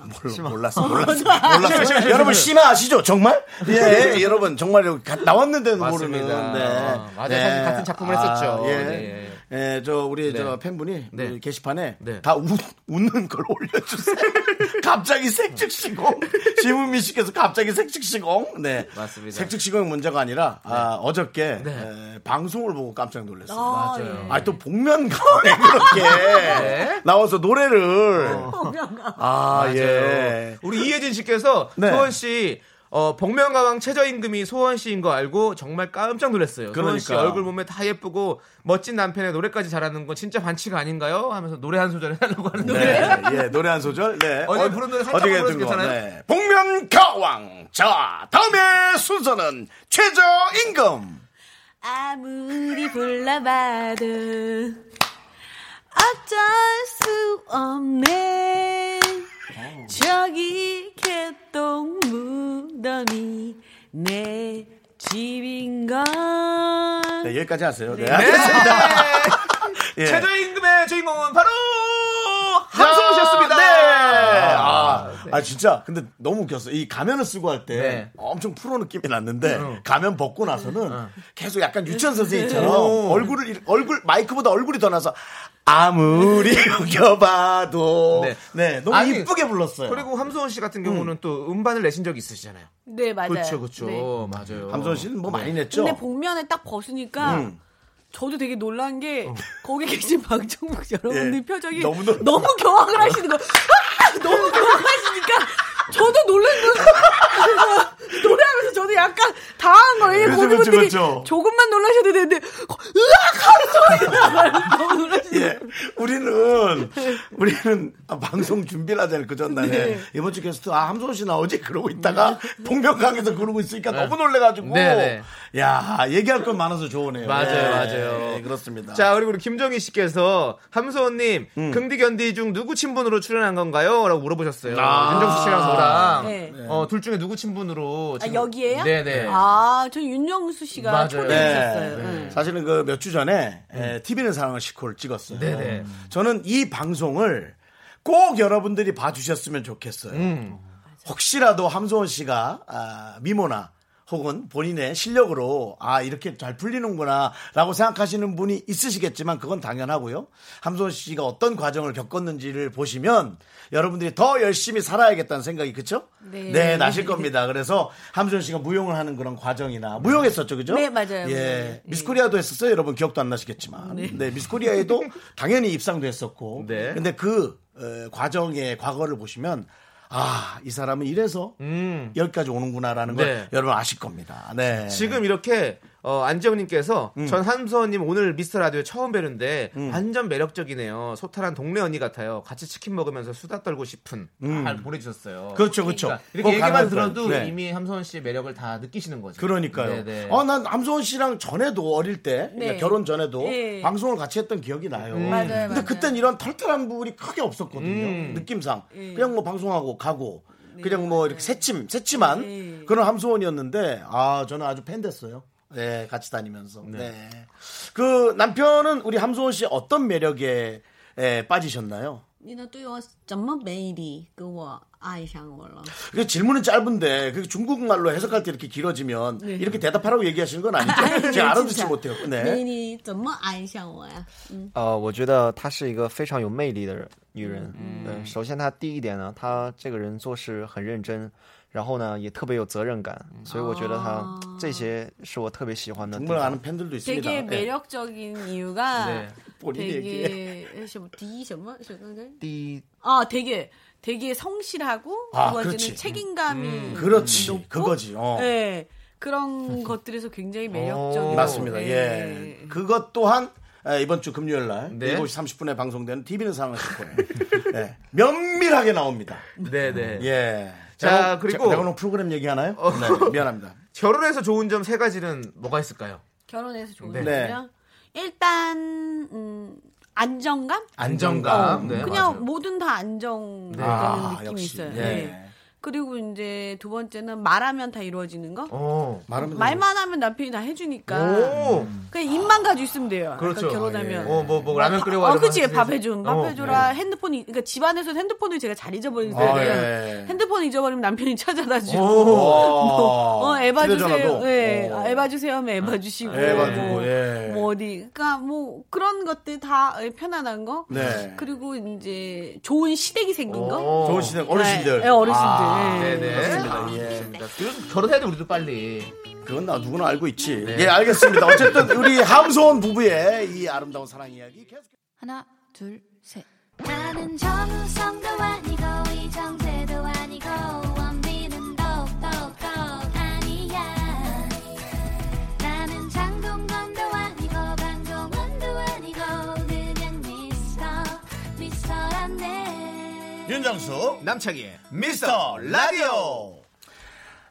몰랐어, 몰랐어, 몰랐어. 여러분, 심화 아시죠? 정말? 예, 예, 여러분, 정말 여기 가- 나왔는데도 모르는.
맞습니다. 어,
네.
맞아요. 사실 같은 작품을 했었죠.
예.
네.
예, 저, 우리,
네.
저, 팬분이
네.
우리 게시판에
네.
다 웃, 웃는 걸 올려주세요. 갑자기 색즉시공. 지문미 씨께서 갑자기 색즉시공. 네.
맞습니다. 네.
색즉시공 문제가 아니라, 아, 어저께 에, 방송을 보고 깜짝 놀랐습니다.
음.
아니 또 복면가왕에 그렇게
네.
나와서 노래를
어.
아 예.
우리 이혜진 씨께서
네.
소원 씨 어, 복면가왕 최저임금이 소원 씨인 거 알고 정말 깜짝 놀랐어요. 소원 씨
그러니까.
얼굴 보면 다 예쁘고 멋진 남편의 노래까지 잘하는 건 진짜 반칙 아닌가요? 하면서 노래 한 소절 해달라고 하는데.
네, 예, 노래 한 소절. 네.
어제 부른 노래 살짝
어떻게
불러도
된 거,
괜찮아요?
네. 복면가왕. 자, 다음의 순서는 최저임금.
아무리 불러봐도 어쩔 수 없네
어。
저기 개똥 무덤이 내 집인 걸
네, 여기까지 하세요. 네.
네.
예.
최저임금의 주인공은 바로 함성우 씨였습니다.
네. 아, 아, 진짜. 근데 너무 웃겼어. 이 가면을 쓰고 할 때
네. 어.
엄청 프로 느낌이 났는데 가면 벗고 나서는 계속 약간 유치원 선생님처럼 얼굴을 이렇게- 얼굴 마이크보다 얼굴이 더 나서 아무리 우겨봐도 네,
네.
너무
아니,
이쁘게 불렀어요.
그리고 함소원 씨
음.
같은 경우는 또 음반을 내신 적이 있으시잖아요.
네 맞아요
그렇죠, 그렇죠,
네.
맞아요.
함선 씨는 뭐 많이
네.
냈죠. 음.
근데 복면에 딱 벗으니까 저도 되게 놀란 게 거기 계신 방청국 여러분들
예.
표정이
너무
너무,
놀-
경악을 하시는 거예요. 아! 너무 경악하시니까 저도 놀란 거예요. 노래하면서 저도 약간 당한 거예요.
그죠,
거기
그죠,
분들이
그죠.
조금만 놀라셔도 되는데 으악 하는 소리가 나요. 너무 놀라시는
예.
거예요.
우리는 우리는 아, 방송 준비를 하잖아요 그 전날에
네.
이번 주 게스트 아 함소원 씨 나오지 그러고 있다가 본격강에서 그러고 있으니까 너무 놀래가지고
네,
야 얘기할 건 많아서 좋으네요.
맞아요,
네,
맞아요.
네, 그렇습니다.
자, 그리고 우리 김정희 씨께서 함소원님,
음.
긍디 견디 중 누구 친분으로 출연한 건가요? 라고 물어보셨어요.
아.
윤정수 씨랑 저랑.
네.
어, 둘 중에 누구 친분으로.
아,
지금-
여기에요?
네네.
아, 저 윤영수 씨가
맞아요. 네.
초대해 주셨어요. 네.
사실은 그 몇 주 전에 TV는 사랑을 시코를 찍었어요.
네네.
저는 이 방송을 꼭 여러분들이 봐주셨으면 좋겠어요. 혹시라도 함소원 씨가 아, 미모나 혹은 본인의 실력으로 아 이렇게 잘 풀리는구나라고 생각하시는 분이 있으시겠지만 그건 당연하고요. 함소원 씨가 어떤 과정을 겪었는지를 보시면 여러분들이 더 열심히 살아야겠다는 생각이 그쵸?
네.
나실 겁니다. 그래서 함소원 씨가 무용을 하는 그런 과정이나 무용했었죠, 그죠?
네, 맞아요.
예, 미스코리아도 했었어요. 여러분 기억도 안 나시겠지만, 네, 미스코리아에도 당연히 입상도 했었고,
네.
근데 그 어, 과정의 과거를 보시면 아, 이 사람은 이래서
음.
여기까지 오는구나라는 걸
네.
여러분 아실 겁니다. 네.
지금 이렇게 어, 안지영님께서
음.
전 함소원님 오늘 미스터 라디오 처음 뵈는데 완전 매력적이네요. 소탈한 동네 언니 같아요. 같이 치킨 먹으면서 수다 떨고 싶은 말 아, 보내주셨어요.
음. 그렇죠, 그렇죠.
그러니까
그거
이렇게 얘기만
가능할
들어도
거예요. 네.
이미 함소원 씨의 매력을 다 느끼시는 거죠.
그러니까요.
네네.
어, 난 암소원 씨랑 전에도 어릴 때 그러니까 결혼 전에도
네.
방송을 같이 했던 기억이 나요.
음. 맞아요,
근데
맞아요.
그땐 이런 털털한 부분이 크게 없었거든요.
음.
느낌상
예.
그냥 뭐 방송하고 가고
네.
그냥 뭐 이렇게 새침 새침한
예.
그런 함소원이었는데 아 저는 아주 팬 됐어요. 네, 같이 다니면서. 네. 그 남편은 우리 함소원 씨 어떤 매력에 에, 빠지셨나요?
你的对我怎么魅力，给我爱上我了？
그 질문은 짧은데 그 중국말로 해석할 때 이렇게 길어지면
네.
이렇게 대답하라고 얘기하시는 건 아니죠? 제가 알아듣지 못해요.
魅
네.
力怎么爱上我呀？
呃，我觉得她是一个非常有魅力的人女人。对，首先她第一点呢，她这个人做事很认真，然后呢也特别有责任感，所以我觉得她这些是我特别喜欢的地
정말
方。
아는 팬들도 있습니다.
되게
네.
매력적인 이유가
네.
본인
되게 뭐 D 什么什么
第一，
아 되게 되게 성실하고
아,
그거는
그렇지. 음.
책임감이
그렇지,
음. 높고,
그거지, 어.
네 그런 것들에서 굉장히 매력적인
맞습니다.
네.
예. 그것 또한 아, 이번 주 금요일 날
네.
7시 30분에 방송되는 TV는 상황을 거예요. 예. 면밀하게 나옵니다.
네네.
예.
자,
제가-
그리고-
제가 내가 오늘 프로그램 얘기하나요?
어.
네, 미안합니다.
결혼해서 좋은 점 세 가지는 뭐가 있을까요?
결혼해서 좋은
네.
점이랑 일단 음, 안정감
안정감. 네,
그냥
맞아요. 네.
뭐든 다 안정되는
아,
느낌이
역시.
있어요.
예.
네. 그리고 이제 두 번째는 말하면 다 이루어지는 거.
어.
말하면
말만 하면 남편이 다 해주니까
오.
그냥 입만 가지고 있으면 돼요.
그렇죠.
아, 그러니까 결혼하면.
어, 뭐, 뭐, 라면 끓여와.
어,
이러면
그치.
하시면서.
밥 해준. 밥
어,
해줘라. 핸드폰, 이- 그러니까 집안에서 핸드폰을 제가 잘 잊어버리는
아,
사람이에요.
예.
핸드폰 잊어버리면 남편이 찾아다 주고.
오.
뭐, 네. 어, 에바 주세요.
휴대전화도?
예.
오.
아, 에바 주세요 하면 에바 주시고.
에바 주고,
뭐,
예.
뭐 어디. 그러니까 뭐 그런 것들 다 예, 편안한 거.
네.
그리고 이제 좋은 시댁이 생긴 거.
오.
좋은 시대 어르신들. 아.
예, 어르신들. 예.
네네. 아,
그렇습니다. 예.
그렇습니다. 그럼 결혼해야 돼, 우리도 빨리. 네.
그건 나 누구나 알고 있지. 예, 알겠습니다. 어쨌든 우리 함소원 부부의 이 아름다운 사랑 이야기 계속.
하나 둘 셋.
나는 정우성도 아니고 이정재도 아니고 원빈은 더욱더 아니야 나는 장동건도 아니고 강동원도 아니고 그냥 미스터 미스터란데
윤정수
남창희의
미스터 라디오.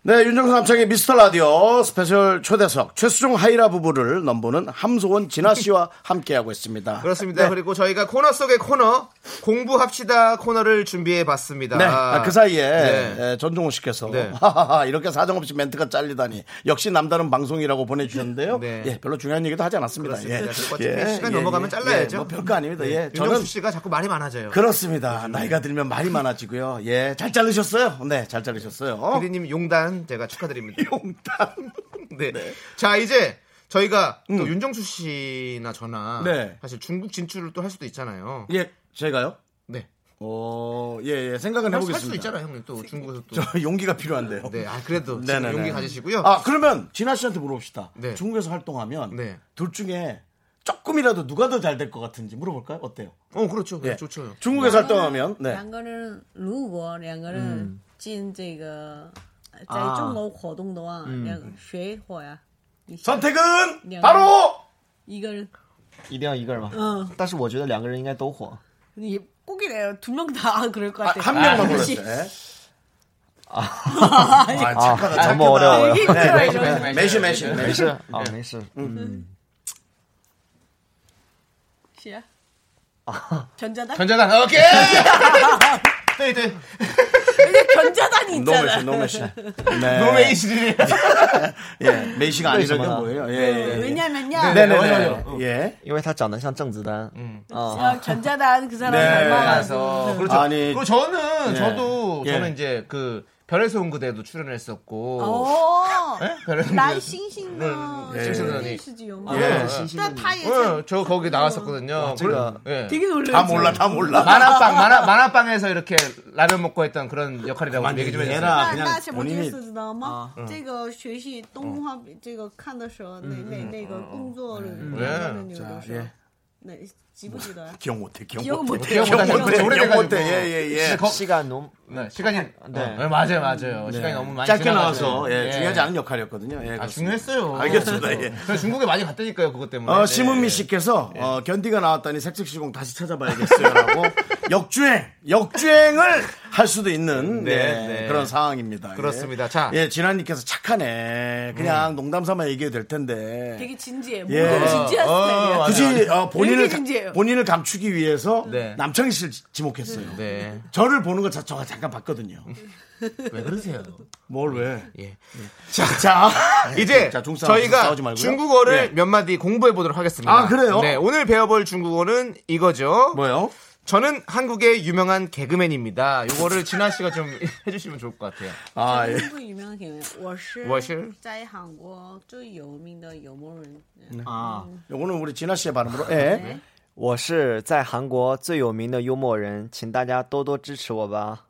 네, 윤정수 남창의 미스터 라디오 스페셜 초대석 최수종 하이라 부부를 넘보는 함소원 진아 씨와 함께하고 있습니다.
그렇습니다.
네.
그리고 저희가 코너 속의 코너 공부합시다 코너를 준비해 봤습니다.
네, 아, 그 사이에
네.
에, 전종호 씨께서
네.
하하하 이렇게 사정없이 멘트가 잘리다니 역시 남다른 방송이라고 보내주셨는데요.
네.
예, 별로 중요한 얘기도 하지 않았습니다. 예.
그렇습니다. 그리고 어차피 시간 넘어가면 잘라야죠. 네,
뭐 별거 아닙니다. 예, 저는
윤정수 씨가 자꾸 말이 많아져요. 그렇죠.
그렇습니다. 나이가 들면 말이 많아지고요. 예, 잘 자르셨어요. 네, 잘 자르셨어요.
피디님 용단 제가 축하드립니다.
용담.
네. 자 이제 저희가 또 윤정수 씨나 저나
네.
사실 중국 진출을 또 할 수도 있잖아요.
예, 제가요?
네.
어, 예, 예, 생각은
할 수-
해보겠습니다.
할 수도 있잖아요, 형님. 또 중국에서 또.
저 용기가 필요한데요.
네. 아 그래도 지금
네네네.
용기 가지시고요.
아, 그러면 진아 씨한테 물어봅시다.
네.
중국에서 활동하면
네.
둘 중에 조금이라도 누가 더 잘 될 것 같은지 물어볼까요? 어때요?
어 그렇죠. 네.
예.
좋죠.
중국에서 활동하면 네. 음.
两个人如果两个人进这个
아.
在中国活动
음.
的话，两个谁火呀？你想
선택은
两个人
바로
一个人
一定要一个人吗？
嗯
但是我觉得两个人应该都火
이 꼭이래요. 두 명 다 그럴 것 같아요.
한 명만
역시.
골랐어요.
啊。
아, 착하다, 착하다.
너무 어려워요.
되게 네, 힘들어요. 네, 매시, 매시, 매시.
매시. 아,
네.
매시.
음.
시야.
아.
전자단?
전자단, 오케이!
对对。 근데 견자단이
너무
있잖아.
매시, 너무 매시.
너무 매시네.
예, 매시가 아니라는 건 뭐예요? 예, 예, 예.
어,
네네네. 예.
因为他长得像郑子丹，嗯啊
아, ， 견자단 그 사람
네.
닮아가서.
그래서 그렇죠.
아니,
그리고 저는
네.
예.
저도
예.
저는 이제 그 별에서 온 그대도
어.
출연했었고.
오.
예? 별에서 온
나의
그대-
싱싱한
예. 신신언니.
어, 신수지
예.
영화.
예.
나 타이.
예, 저 거기
어,
나왔었거든요.
제가
그래- 예.
되게 놀랐죠. 다 몰라, 다 몰라.
만화빵 만화 만화빵에서 이렇게 라면 먹고 했던 그런 역할이라고 아, 얘기 좀 해주세요.
那那什么意思知道吗
嗯？
这个学习动画，这个看的时候，那那那个工作人员
예.
那个
자,
时候
예. ，
那记不记得？
기억 못해, 기억
기억
못해.
못해요.
그러니까
기억 못해,
기억
기억
못해요.
못해. 예, 예, 예.
시간 너무.
네, 시간이
네.
어, 네, 맞아요, 맞아요.
네.
시간이 너무 많이
짧게
지나가지고.
나와서 예,
예.
중요하지 않은 역할이었거든요. 예, 그렇습니다.
아, 중요했어요.
알겠습니다. 예.
저 중국에 많이 갔다니까요, 그것 때문에.
어,
네. 예.
심은미 씨께서 어, 견디가 나왔다니 색색시공 다시 찾아봐야겠어요라고 역주행, 역주행을 할 수도 있는
네,
예,
네.
그런 상황입니다. 예.
그렇습니다. 자.
예, 진아님께서 착하네. 그냥 농담삼아 얘기해도 될 텐데.
되게 진지해.
예.
뭔가 진지한
어,
스타일이야.
굳이 어, 본인을
되게 진지해요.
가- 본인을 감추기 위해서
네.
남창희 씨를 지- 지목했어요.
네.
저를 보는 것 자체가 잠깐 봤거든요.
왜 그러세요?
뭘 왜?
예.
자, 자
이제
자, 중싸움
저희가
싸우지 말고요.
중국어를
예.
몇 마디 공부해 보도록 하겠습니다.
아, 그래요?
네, 오늘 배워볼 중국어는 이거죠.
뭐요?
저는 한국의 유명한 개그맨입니다. 요거를 진아 씨가 좀 해주시면 좋을 것 같아요.
아, 예.
中国有名的演员，我是
我是
在韩国最有名的有名人。
아,
요거는 우리 진아 씨의 발음으로. 예.
我是在韩国最有名的幽默人，请大家多多支持我吧。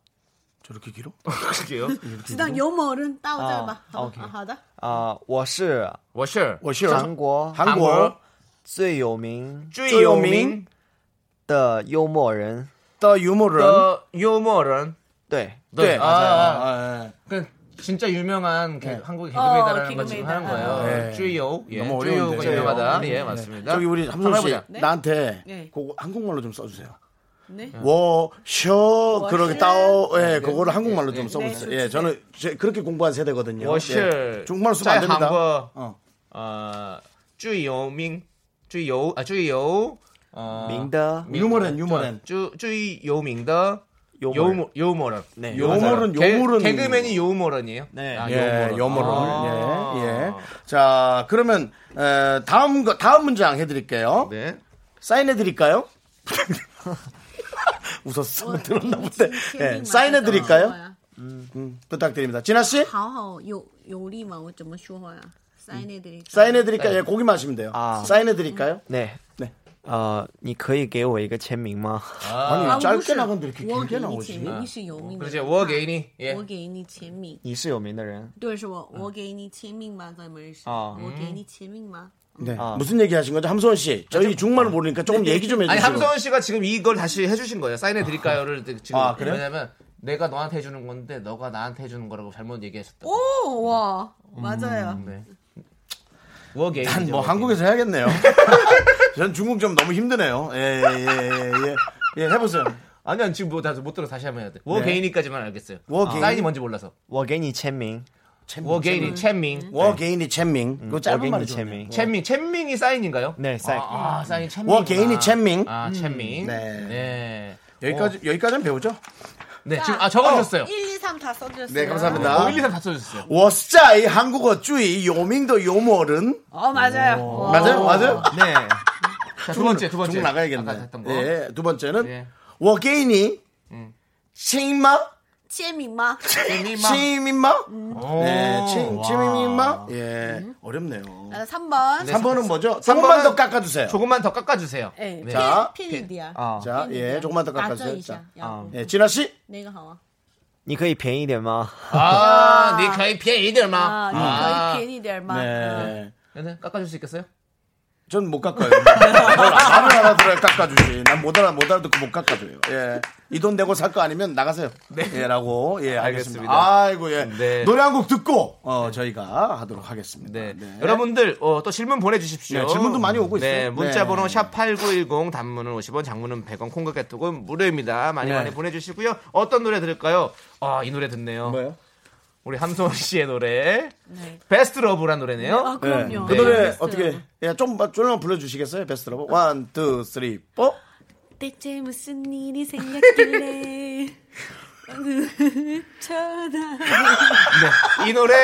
저렇게 길어?
그게요?
知道有某人到这儿吧
啊？
好
OK
吧，啊好的。
啊，我是
워셔.
我是
韩国
韩国
最有名
最有名
的幽默人，
더 유머런.
的幽默人
对，
네,
아,
맞아요.
아,
아, 예.
그 진짜 유명한 개- 한국의
어,
개그맨이다라는 걸
개그맨이다.
지금 하는
네.
거예요. 쭈이오. 예,
너무
쭈이오가
어려운데.
유명하다.
네.
예, 맞습니다.
저기 우리
한번
함선 씨
해보자.
나한테
네.
그거 한국말로 좀 써주세요.
네.
워셔 그렇게 따오 예 그거를 한국말로 좀
네.
써보세요. 예 저는 제- 그렇게 공부한 세대거든요. 예,
我是
중국말 쓰면 안 됩니다.
한국
어.
어, 最有名,最有, 아, 最有, 어,
名的
유머랜 유머랜
最-最有名的
幽默人。
요모- 요모런.
네,
요모런,
맞아요. 개-
요모런.
개그맨이 요모런이에요?
네.
아,
예,
요모런.
여모를
아.
예, 예. 자, 그러면 에, 다음 거 다음 문장 해드릴게요.
네.
사인해드릴까요? 웃었어 들었나 본데. 예,
어.
사인해드릴까요? 嗯 부탁드립니다. 진아 씨
好好有有力嘛？我怎么说话呀？塞内的
네.
사인해드릴까요? 예, 고기 마시면 돼요.
아.
사인해드릴까요?
那
네
呃，你可以给我一个签名吗？
아니
啊
짧게 나간데 이렇게
我
길게
给你
나오지?
签名，你是有名的。
그렇지, 워 개인이. 예.
我给你签名，
你是有名的人
对，是我，我给你签名吗？咱们是，
아.
啊
我
음.
给你签名吗？
네.
아.
무슨 얘기 하신 거죠? 함소원 씨. 저희 중국말을 모르니까 조금 얘기 좀
아니,
해주세요.
함성원 씨가 지금 이걸 다시 해주신 거예요. 사인해 드릴까요를 지금.
아, 그래요?
왜냐면, 내가 너한테 해주는 건데, 너가 나한테 해주는 거라고 잘못 얘기하셨다.
오, 와, 맞아요.
네. 워 개인.
난 뭐 한국에서 해야겠네요. 전 중국 좀 너무 힘드네요. 예, 예, 예, 예. 예, 해보세요.
아니, 아니, 지금 뭐, 다시 못 들어 다시 하면 해야 돼. 워
네.
개인이까지만 알겠어요.
워
아,
개인?
사인이 뭔지 몰라서.
我给你签名，
워
네.
개인이,
음.
첸밍.
워 개인이 첸밍. 그거
我
짧은
给你
말이죠.
签名。
첸밍, 첸밍이 사인인가요?
네, 사인.
아, 아, 사인 첸밍.
워 개인이 첸밍.
아, 첸밍.
네.
네.
여기까지 여기까지는 배우죠.
네, 지금 아 적어주셨어요.
1, 2, 3 다 써주셨어요.
네, 감사합니다.
1, 2, 3 다 써주셨어요.
워스자이 한국어 주의 요밍도 요멀은
어, 맞아요. 와.
맞아요, 맞아요.
네,
자, 두 번째, 두
그
번째.
중국
아까
나가야겠네.
했던 거.
예, 두 번째는
예.
워게인이 치마
签名吗？
첸밍마.
치민마
오. 음.
예, 치- 치민마 예, 어렵네요.
어, 3번.
네.
3번은 뭐죠?
삼 번은-
조금만 더 깎아주세요.
조금만 더 깎아주세요.
예,
네.
자,
핀, 핀이디야.
아,
자, 예, 조금만 더 깎아주세요. 자,
打折一下，要不
예, 진아 씨,
那个好啊。
你可以便宜一点吗？
아, 니 거의 피해 이들 마.
아, 你可以便宜点吗？
네,
네, 깎아줄 수 있겠어요?
전 못 깎아요. 뭘 알아 알아들어야 깎아주지. 난 못 알아 못 알아듣고 못 깎아줘요. 예, 이 돈 내고 살 거 아니면 나가세요. 예라고 예 알겠습니다.
네. 알겠습니다.
아이고 예
네.
노래 한 곡 듣고 어, 저희가 하도록 하겠습니다.
네. 여러분들 어, 또 질문 보내주십시오.
네, 질문도 많이 오고
네,
있어요. 네.
문자번호 샵 #8910 단문은 50원, 장문은 100원, 콩과 개톡은 무료입니다. 많이
네.
많이 보내주시고요. 어떤 노래 들을까요? 아, 이 노래 듣네요.
뭐요?
우리 함소원 씨의 노래 베스트 러브란 노래네요.
네. 아, 그럼요.
그 노래
베스트
어떻게 예, 좀 쫄렁 불러주시겠어요? 베스트 러브 원, 투, 쓰리, 포.
대체 무슨 일이 생겼길래 쳐다
그-
네, 이 노래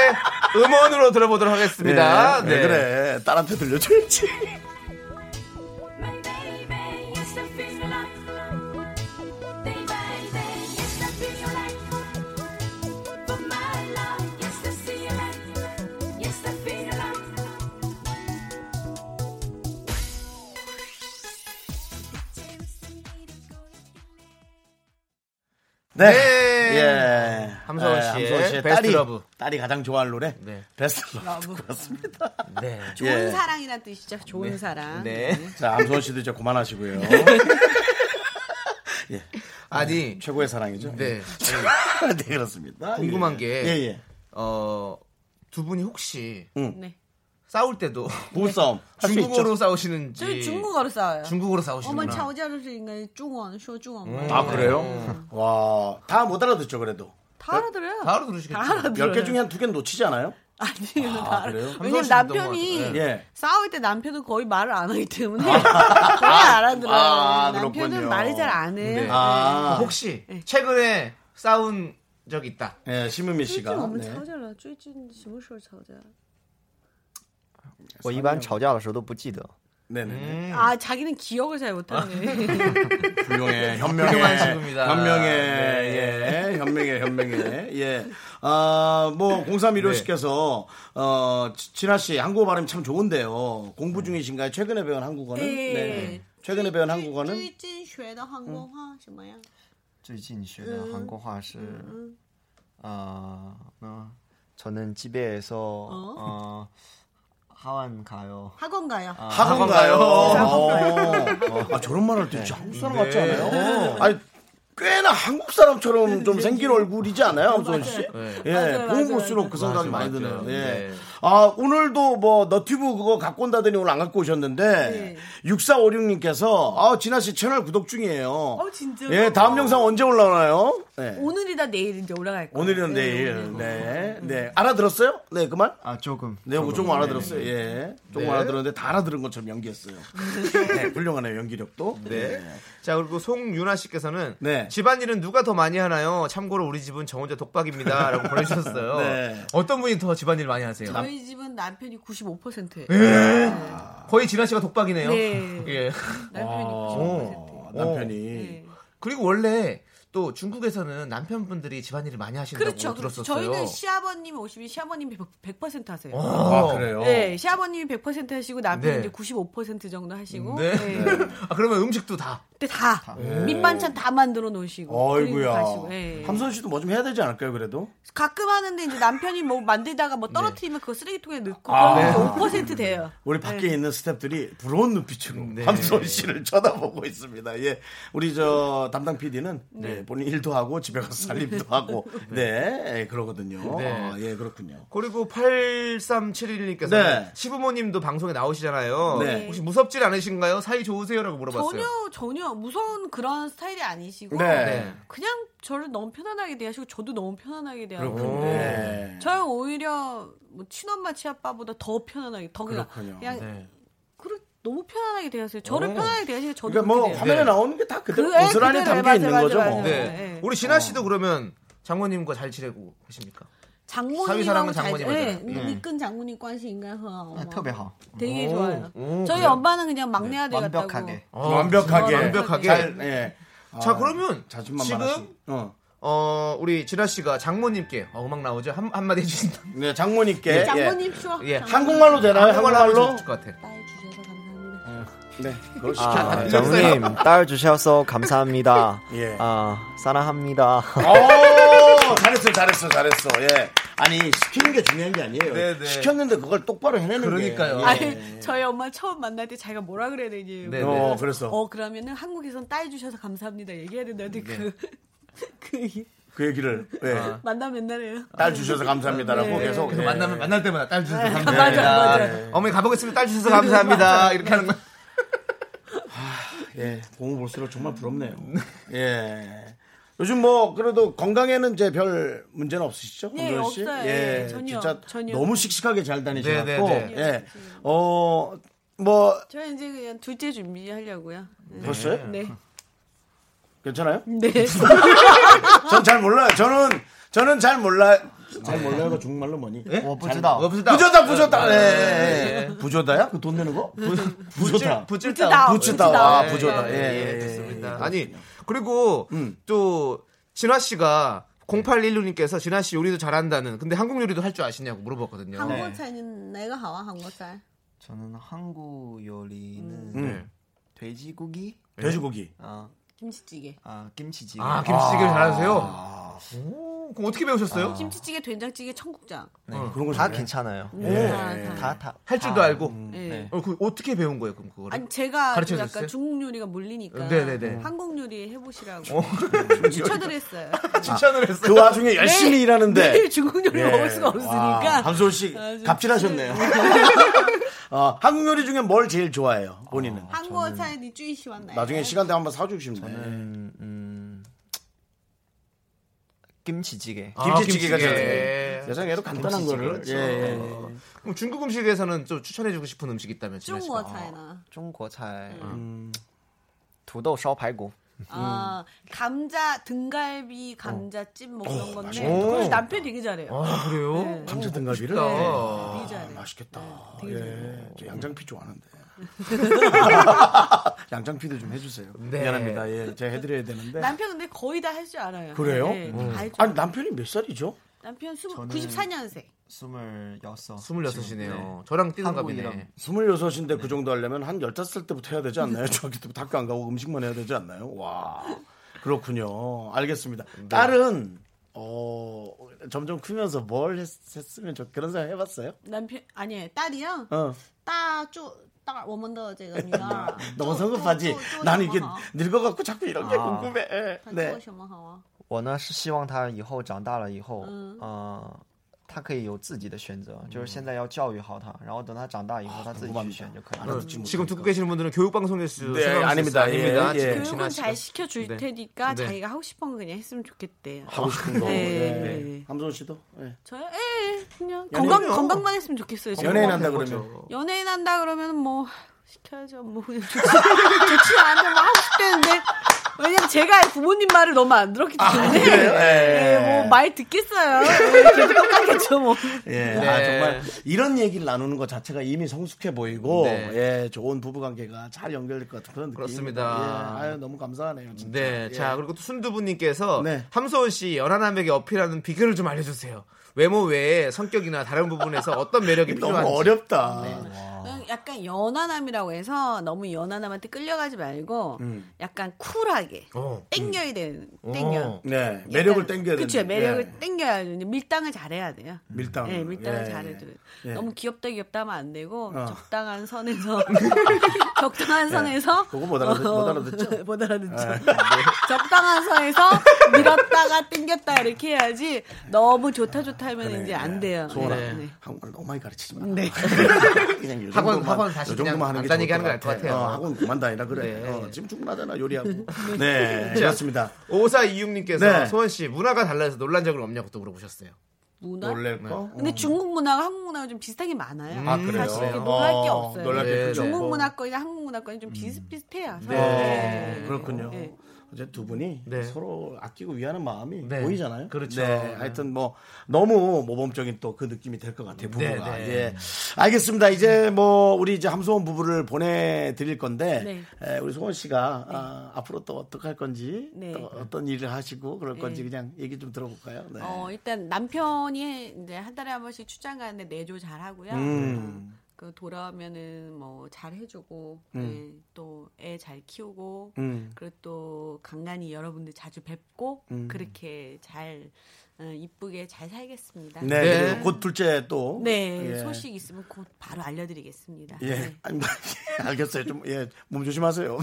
음원으로 들어보도록 하겠습니다.
네, 왜 그래? 딸한테 들려줘야지. 네.
네.
예.
함서원
예,
씨의 베스트
딸이,
러브.
딸이 가장 좋아하는 노래.
네.
베스트 러브.
네.
아, 좋은
예.
사랑이란 뜻이죠. 좋은 사랑.
네.
자, 함소원 씨도 이제 그만하시고요.
아니,
최고의 사랑이죠.
네.
네, 그렇습니다.
궁금한
예.
게.
예, 예.
어, 두 분이 혹시
응.
네.
싸울 때도
부부싸움. 할수
중국어로
있죠.
싸우시는지
저희 중국어로 싸워요.
중국어로 싸우시는구나. 네.
我们吵架就是应该中文说中文嘛。
아, 그래요? 와, 다 못 알아듣죠, 그래도.
다 알아들어요.
바로 들으시겠죠.
열 개 중에 한 두 개는 놓치지 않아요?
아니요, 네. 다 알아.
그래요?
왜냐면
함성 씨도 너무
남편이
알아요. 네.
예.
싸울 때 남편은 거의 말을 안 하기 때문에 거의 알아들어요.
아,
남편은
그렇군요.
말을 잘 안 해요.
네.
아,
혹시
예.
최근에 싸운 적 있다.
예, 심은미
最近
씨가.
我们
네.
吵架了，最近什么时候吵架？
我一般吵架的时候都不记得，
네네.
음.
아 자기는 기억을 잘
아.
못하네.
훌륭해, 현명해,
훌륭한 친구입니다.
현명해,
네.
예, 현명해, 현명해, 예. 아, 뭐
네.
0315씨께서 어, 지- 진아 씨 한국어 발음 참 좋은데요. 공부 중이신가요? 최근에 배운 한국어는?
네.
최근에 배운 한국어는?
最近学的韩国话什么呀？
最近学的
음,
韩国话是，呃，嗯， 어, 저는집에서
어?
呃하원가요。 아,
학원 가요.
아. 학원 가요. 어. 아, 저런 말 할 때 진짜 한국 사람 같지 않아요? 아니, 꽤나 한국 사람처럼 좀 생긴 얼굴이지 않아요, 함소원 씨? 예, 보면 볼수록 그 생각이 많이 드네요. 예.
네.
아, 오늘도 뭐, 너튜브 그거 갖고 온다더니 오늘 안 갖고 오셨는데, 6456님께서, 아, 진아씨 채널 구독 중이에요. 어,
진짜요?
예, 다음 영상 언제 올라오나요? 네.
오늘이다 내일 이제 올라갈 거예요.
오늘이면 내일. 네. 네. 알아들었어요? 네, 그 말?
아조금
네, 뭐 조금 알아들었어요. 예. 조금
네.
알아들었는데 다 알아들은 것처럼 연기했어요. 네, 훌륭하네요, 연기력도.
네. 자 그리고 송윤아 씨께서는
네.
집안일은 누가 더 많이 하나요? 참고로 우리 집은 저 혼자 독박입니다라고 보내주셨어요.
네.
어떤 분이 더 집안일 많이 하세요?
저희 집은 남편이 95%예요.
거의 진아 씨가 독박이네요.
네.
예.
남편이
어,
95%.
남편이.
네.
그리고 원래 또 중국에서는 남편분들이 집안일을 많이 하신다고
그렇죠.
들었었어요. 어.
저희는 시아버님 오시면 시아버님이 100% 하세요.
아, 그래요?
네, 시아버님이 100% 하시고 남편이
네.
이제 95% 정도 하시고.
네.
네.
아, 그러면 음식도 다.
근데 다, 밑반찬 다 만들어 놓으시고. 그리고 가시고, 예.
어이구야. 함선 씨도 뭐 좀 해야 되지 않을까요, 그래도?
가끔 하는데 이제 남편이 뭐 만들다가 뭐 떨어뜨리면 그거 쓰레기통에 넣고
아.
그러면 이제 5% 돼요.
우리
네.
밖에 있는 스탭들이 부러운 눈빛으로 함선 씨를 쳐다보고 있습니다. 예. 우리 저 담당 PD는
네.
네, 본인 일도 하고 집에 가서 살림도 하고. 네. 예, 그러거든요.
네.
아, 예, 그렇군요.
그리고 8371님께서
네.
시부모님도 방송에 나오시잖아요.
네.
혹시 무섭진 않으신가요? 사이 좋으세요라고 물어봤어요.
전혀, 전혀 무서운 그런 스타일이 아니시고.
네.
그냥 저를 너무 편안하게 대하시고 저도 너무 편안하게 대하고.
그렇군요. 네.
저는 오히려 뭐 친엄마 친아빠보다 더 편안하게 더 그냥
그렇군요.
그냥
네.
그렇- 너무 편안하게 대하세요. 저를
오.
편안하게 대하시니까 저도
그러니까 뭐
그렇게 돼요.
화면에
네.
나오는 게 다 그대로
그래,
고스란히
그대로예요.
담겨 있는
맞아요,
거죠.
맞아요,
뭐.
맞아요.
네.
네.
우리 진아 씨도 그러면 장모님과 잘 지내고 계십니까? 사위
장모님하고
사랑은
잘 네,
장모님이잖아요. 네.
니끈 장모님 관시 인간 허.
特别好，
어, 되게
오,
좋아요.
오,
저희
그래요?
엄마는 그냥 막내 아들 같다고.
완벽하게.
어,
완벽하게.
완벽하게.
잘, 예.
자,
아,
그러면
자존만
지금
말하시- 어.
어, 우리 진아 씨가 장모님께 어, 음악 나오죠? 한 한마디 해 주신다.
네, 장모님께. 예.
어, 장모님 추워.
예.
한국말로 되나요? 아, 한국말로?
좋을 것 같아.
딸 주셔서 감사합니다.
네. 그걸 시켜.
아장모님딸주셔서감사합니다 어,
예.
아사랑합니다
오, 잘했어, 잘했어, 잘했어. 예. 아니 시키는 게 중요한 게 아니에요.
네, 네.
시켰는데 그걸 똑바로 해내는
그러니까요.
게. 예.
아니 저희 엄마 처음 만날 때 자기가 뭐라 그래야 되니?
네,
어, 그래서
어 그러면은 한국에선 딸 주셔서 감사합니다 얘기해야 된다는데 그, 그그
그 얘기를 네.
만나 맨날 해요.
딸 주셔서 감사합니다라고 계속
그래서
예.
만나면 만날 때마다 딸 주셔서
맞아,
감사합니다.
맞아.
네. 어머니 가보겠습니다. 딸 주셔서 감사합니다. 이렇게 하는 거예요.
예, 공을 볼수록 정말 부럽네요. 예. 요즘 뭐 그래도 건강에는 이제 별 문제는 없으시죠?
예,
권도현 씨?
없어요.
예,
예, 전혀,
진짜
전혀.
너무 씩씩하게 잘 다니셔
네,
갖고
네,
예. 어, 뭐
저 이제 그냥 둘째 준비하려고요. 네.
벌써요?
네.
괜찮아요?
네.
전 잘 몰라요. 저는 저는 잘 몰라 잘 몰라요가 중국말로 뭐니?
어不知道
없으다.
부조다 부조다. 예, 예. 부조다야? 그 돈 내는 거? 부조다.
부질
부지다.
부조다.
부지다.
아,
네.
부조다. 예, 예, 음. 예.
좋습니다. 아니 그리고 또 진화 씨가 0816님께서 진화 씨 요리도 잘한다는 근데 한국 요리도 할 줄 아시냐고 물어봤거든요. 네.
한국 차이는 내가 하와 한국 차이.
저는 한국 요리는
음.
돼지고기
네. 돼지고기.
아,
김치찌개.
아 김치찌개
아 김치찌개를
아.
잘하세요? 오, 그럼 어떻게 배우셨어요?
김치찌개, 된장찌개, 청국장.
네.
그런 거
다
잘해.
괜찮아요 네.
다, 다.
다다 아. 음, 네.
할 줄도 알고.
예.
어, 그 어떻게 배운 거예요? 그럼 그거를?
아니 제가 좀
가르쳐
약간
줬어요?
중국 요리가 몰리니까
네네네.
한국 요리 해보시라고 추천을 했어요.
칭찬을 했어요.
그 와중에 열심히 일하는데
매일 중국 요리
예.
먹을 수가
와,
없으니까
함소연 씨
아, 좀-
갑질하셨네요. 어, 한국 요리 중에 뭘 제일 좋아해요, 본인은?
한국 차이니 주의시 왔나요?
나중에 시간 되면 한번 사주시면 돼요.
음, 음. 김치찌개 네.
아,
김치찌개가
김치찌개.
제일 여성애도 네. 간단한 거를. 예, 예, 예.
그럼 중국 음식에서는 좀 추천해주고 싶은 음식 있다면 진아 씨가.
중국 차이나 네.
중국菜 土豆烧排骨
아 감자 등갈비 감자찜 뭐 그런 건데
맛있겠다.
그걸 남편 되게 잘해요.
아 그래요?
감자 등갈비를.
아.
되게 잘해요.
맛있겠다. 예. 저 양장피 좋아하는데. 양장피도 좀 해주세요.
네.
미안합니다. 예, 제가 해드려야 되는데.
남편 근데 거의 다 할 줄 알아요.
그래요?
네, 다 해줘.
아니 남편이 몇 살이죠?
남편 스물-
저는-
94년생.
26
26이네요. 저랑 뛰는 갑이네.
한국이랑.
26인데 그 정도 하려면 한 15살 때부터 해야 되지 않나요? 중학교 때부터 학교 안 가고 음식만 해야 되지 않나요? 와, 그렇군요. 알겠습니다. 딸은, 어, 점점 크면서 뭘 했, 으면 좋, 그런 생각 해봤어요?
남편 아니 딸이요.
어. ，
大就大我们的这个女儿
너무 성급하지? 나는 이게
做做
늙어갖고 자꾸 이런 게 궁금해. 아.
做做
네.
什么好啊？
我呢是希望他以后长大了以后，
嗯
呃，他可以有自己的选择，就是 어, 现在要教育好他，然后等他长大以
아,
后他自己去选就可以了。
음.
지금 듣고 계시는 분들은 교육 방송에서
뭐 그러니까. 네, 아닙니다. 예, 예.
교육은 네, 잘 시켜 줄
네.
테니까
네.
자기가 하고 싶은 거 그냥 했으면 좋겠대요.
하고 싶은 거.
네.
네.
네.
함소원 씨도? 네.
저요? 예, 예, 그냥 건강 건강만 했으면 좋겠어요. 저는.
연예인 한다
그렇죠.
그러면.
연예인 한다 그러면 뭐 시켜야죠. 뭐 그냥 좋지 좋지 않은데 뭐 하고 싶대는데 왜냐면 제가 부모님 말을 너무 안 들었기 때문에
아, 예.
뭐말 듣겠어요. 예, 계속 똑같겠죠 뭐.
예,
네.
아, 정말 이런 얘기를 나누는 것 자체가 이미 성숙해 보이고
네.
예, 좋은 부부 관계가 잘 연결될 것 같은 그런 느낌.
그렇습니다.
예, 아유 너무 감사하네요. 진짜.
네,
예.
자 그리고 또 순두부님께서
네.
함소원 씨 연하남에게 어필하는 비결을 좀 알려주세요. 외모 외에 성격이나 다른 부분에서 어떤 매력이
너무
필요한지. 네.
어렵다.
음, 약간 연하남이라고 해서 너무 연하남한테 끌려가지 말고
음.
약간 쿨하게
어.
땡겨야 되는 땡겨.
네, 음. 매력을
약간-
땡겨야
그쵸,
되는데.
매력을
예,
땡겨야 돼. 밀당을 잘해야 돼요.
밀당.
예, 밀당을
예,
잘해줘.
예.
너무 귀엽다 귀엽다 하면 안 되고
어. 예.
적당한 선에서 적당한 선에서 어,
그거 못 알아듣- 못 알아듣죠? 예.
못 알아듣죠. 네. 적당한 선에서 밀었다가 땡겼다 이렇게 해야지 너무 좋다 좋다 하면 이제 안 돼요.
소원아,
네, 네.
한국말 너무 많이 가르치지 마.
네.
그냥 요
학원-
정도만,
학원 다시
요 정도만
그냥
하는 게
간단히
좋을
하는 걸것 같아요.
어, 학원 그만 다니라 그래.
네.
어, 지금 충분하잖아 요리하고. 네, 그렇습니다.
오사 이육님께서
네.
소원 씨 문화가 달라서 놀란 적은 없냐고 또 물어보셨어요.
문화.
놀랄
네.
거.
근데 중국 문화가 한국 문화가 좀 비슷한 게 많아요.
어. 아, 그래요?
사실 이렇게 놀랄 게
어,
없어요.
놀랄
게
네,
그죠.
중국
뭐.
문화권이나 한국 문화권이 좀 비슷비슷해요. 사실.
네.
네.
그렇군요.
네.
어제 두 분이
네.
서로 아끼고 위하는 마음이
네.
보이잖아요.
그렇죠.
네. 하여튼 뭐 너무 모범적인 또 그 느낌이 될 것 같아요. 부부가.
네, 네.
예. 알겠습니다. 이제 뭐 우리 이제 함소원 부부를 보내드릴
네.
건데 에, 우리 소원 씨가 아, 앞으로 또 어떻게 할 건지
네.
또 어떤 일을 하시고 그럴 건지 그냥 얘기 좀 들어볼까요? 네.
어, 일단 남편이 이제 한 달에 한 번씩 출장 가는데 내조 잘 하고요.
음.
어, 그 돌아오면은 뭐 잘 해주고 네, 또 애 잘 키우고
음.
그리고 또 간간히 여러분들 자주 뵙고 그렇게 잘 어, 이쁘게 잘 살겠습니다.
네, 그리고 곧 둘째 또.
네,
예.
소식 있으면 곧 바로 알려드리겠습니다.
예,
네.
아니, 뭐, 알겠어요. 좀, 예, 몸 조심하세요.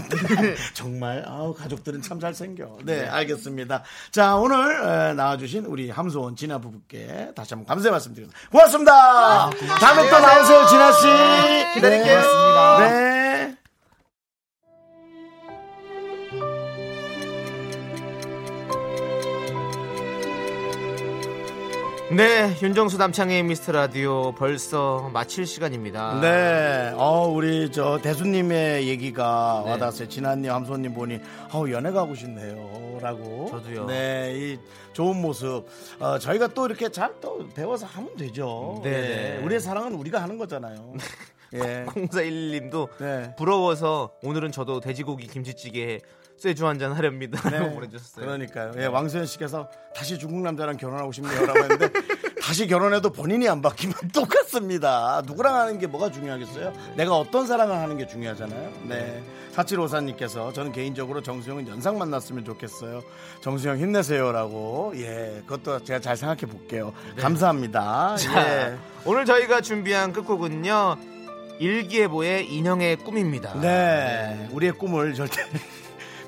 정말, 아우, 가족들은 참 잘생겨. 네, 알겠습니다. 자, 오늘 에, 나와주신 우리 함소원 진아 부부께 다시 한번 감사의 말씀 드리겠습니다. 고맙습니다. 다음에 또 나오세요, 진아씨.
기다릴게요.
네. 네.
네, 윤정수 남창의 미스터 라디오 벌써 마칠 시간입니다.
네,
아,
어 우리 저 대수님의 얘기가
네.
와닿았어요. 진아님, 함소님 보니 아우 연애가 하고 싶네요라고.
저도요.
네, 이 좋은 모습. 어, 저희가 또 이렇게 잘 또 배워서 하면 되죠.
네,
예,
네.
우리의 사랑은 우리가 하는 거잖아요. 예.
0411님도
네.
부러워서 오늘은 저도 돼지고기 김치찌개 쇠주 한잔 하렵니다. 라고 보내주셨어요.
네.
네.
그러니까요. 예, 왕소연 씨께서 다시 중국 남자랑 결혼하고 싶네요라고 했는데 다시 결혼해도 본인이 안 바뀌면 똑같습니다. 누구랑 하는 게 뭐가 중요하겠어요?
네.
내가 어떤 사랑을 하는 게 중요하잖아요. 네. 사칠오사님께서 저는 개인적으로 정수영은 연상 만났으면 좋겠어요. 정수영 힘내세요라고. 예, 그것도 제가 잘 생각해 볼게요. 감사합니다.
네. 자,
예.
오늘 저희가 준비한 끝곡은요. 일기예보의 인형의 꿈입니다.
네, 우리의 꿈을 절대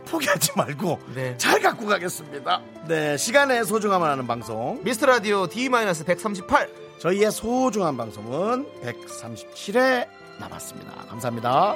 포기하지 말고
네.
잘 갖고 가겠습니다. 네, 시간의 소중함을 아는 방송.
미스터 라디오 D-138
저희의 소중한 방송은 137회 남았습니다. 감사합니다.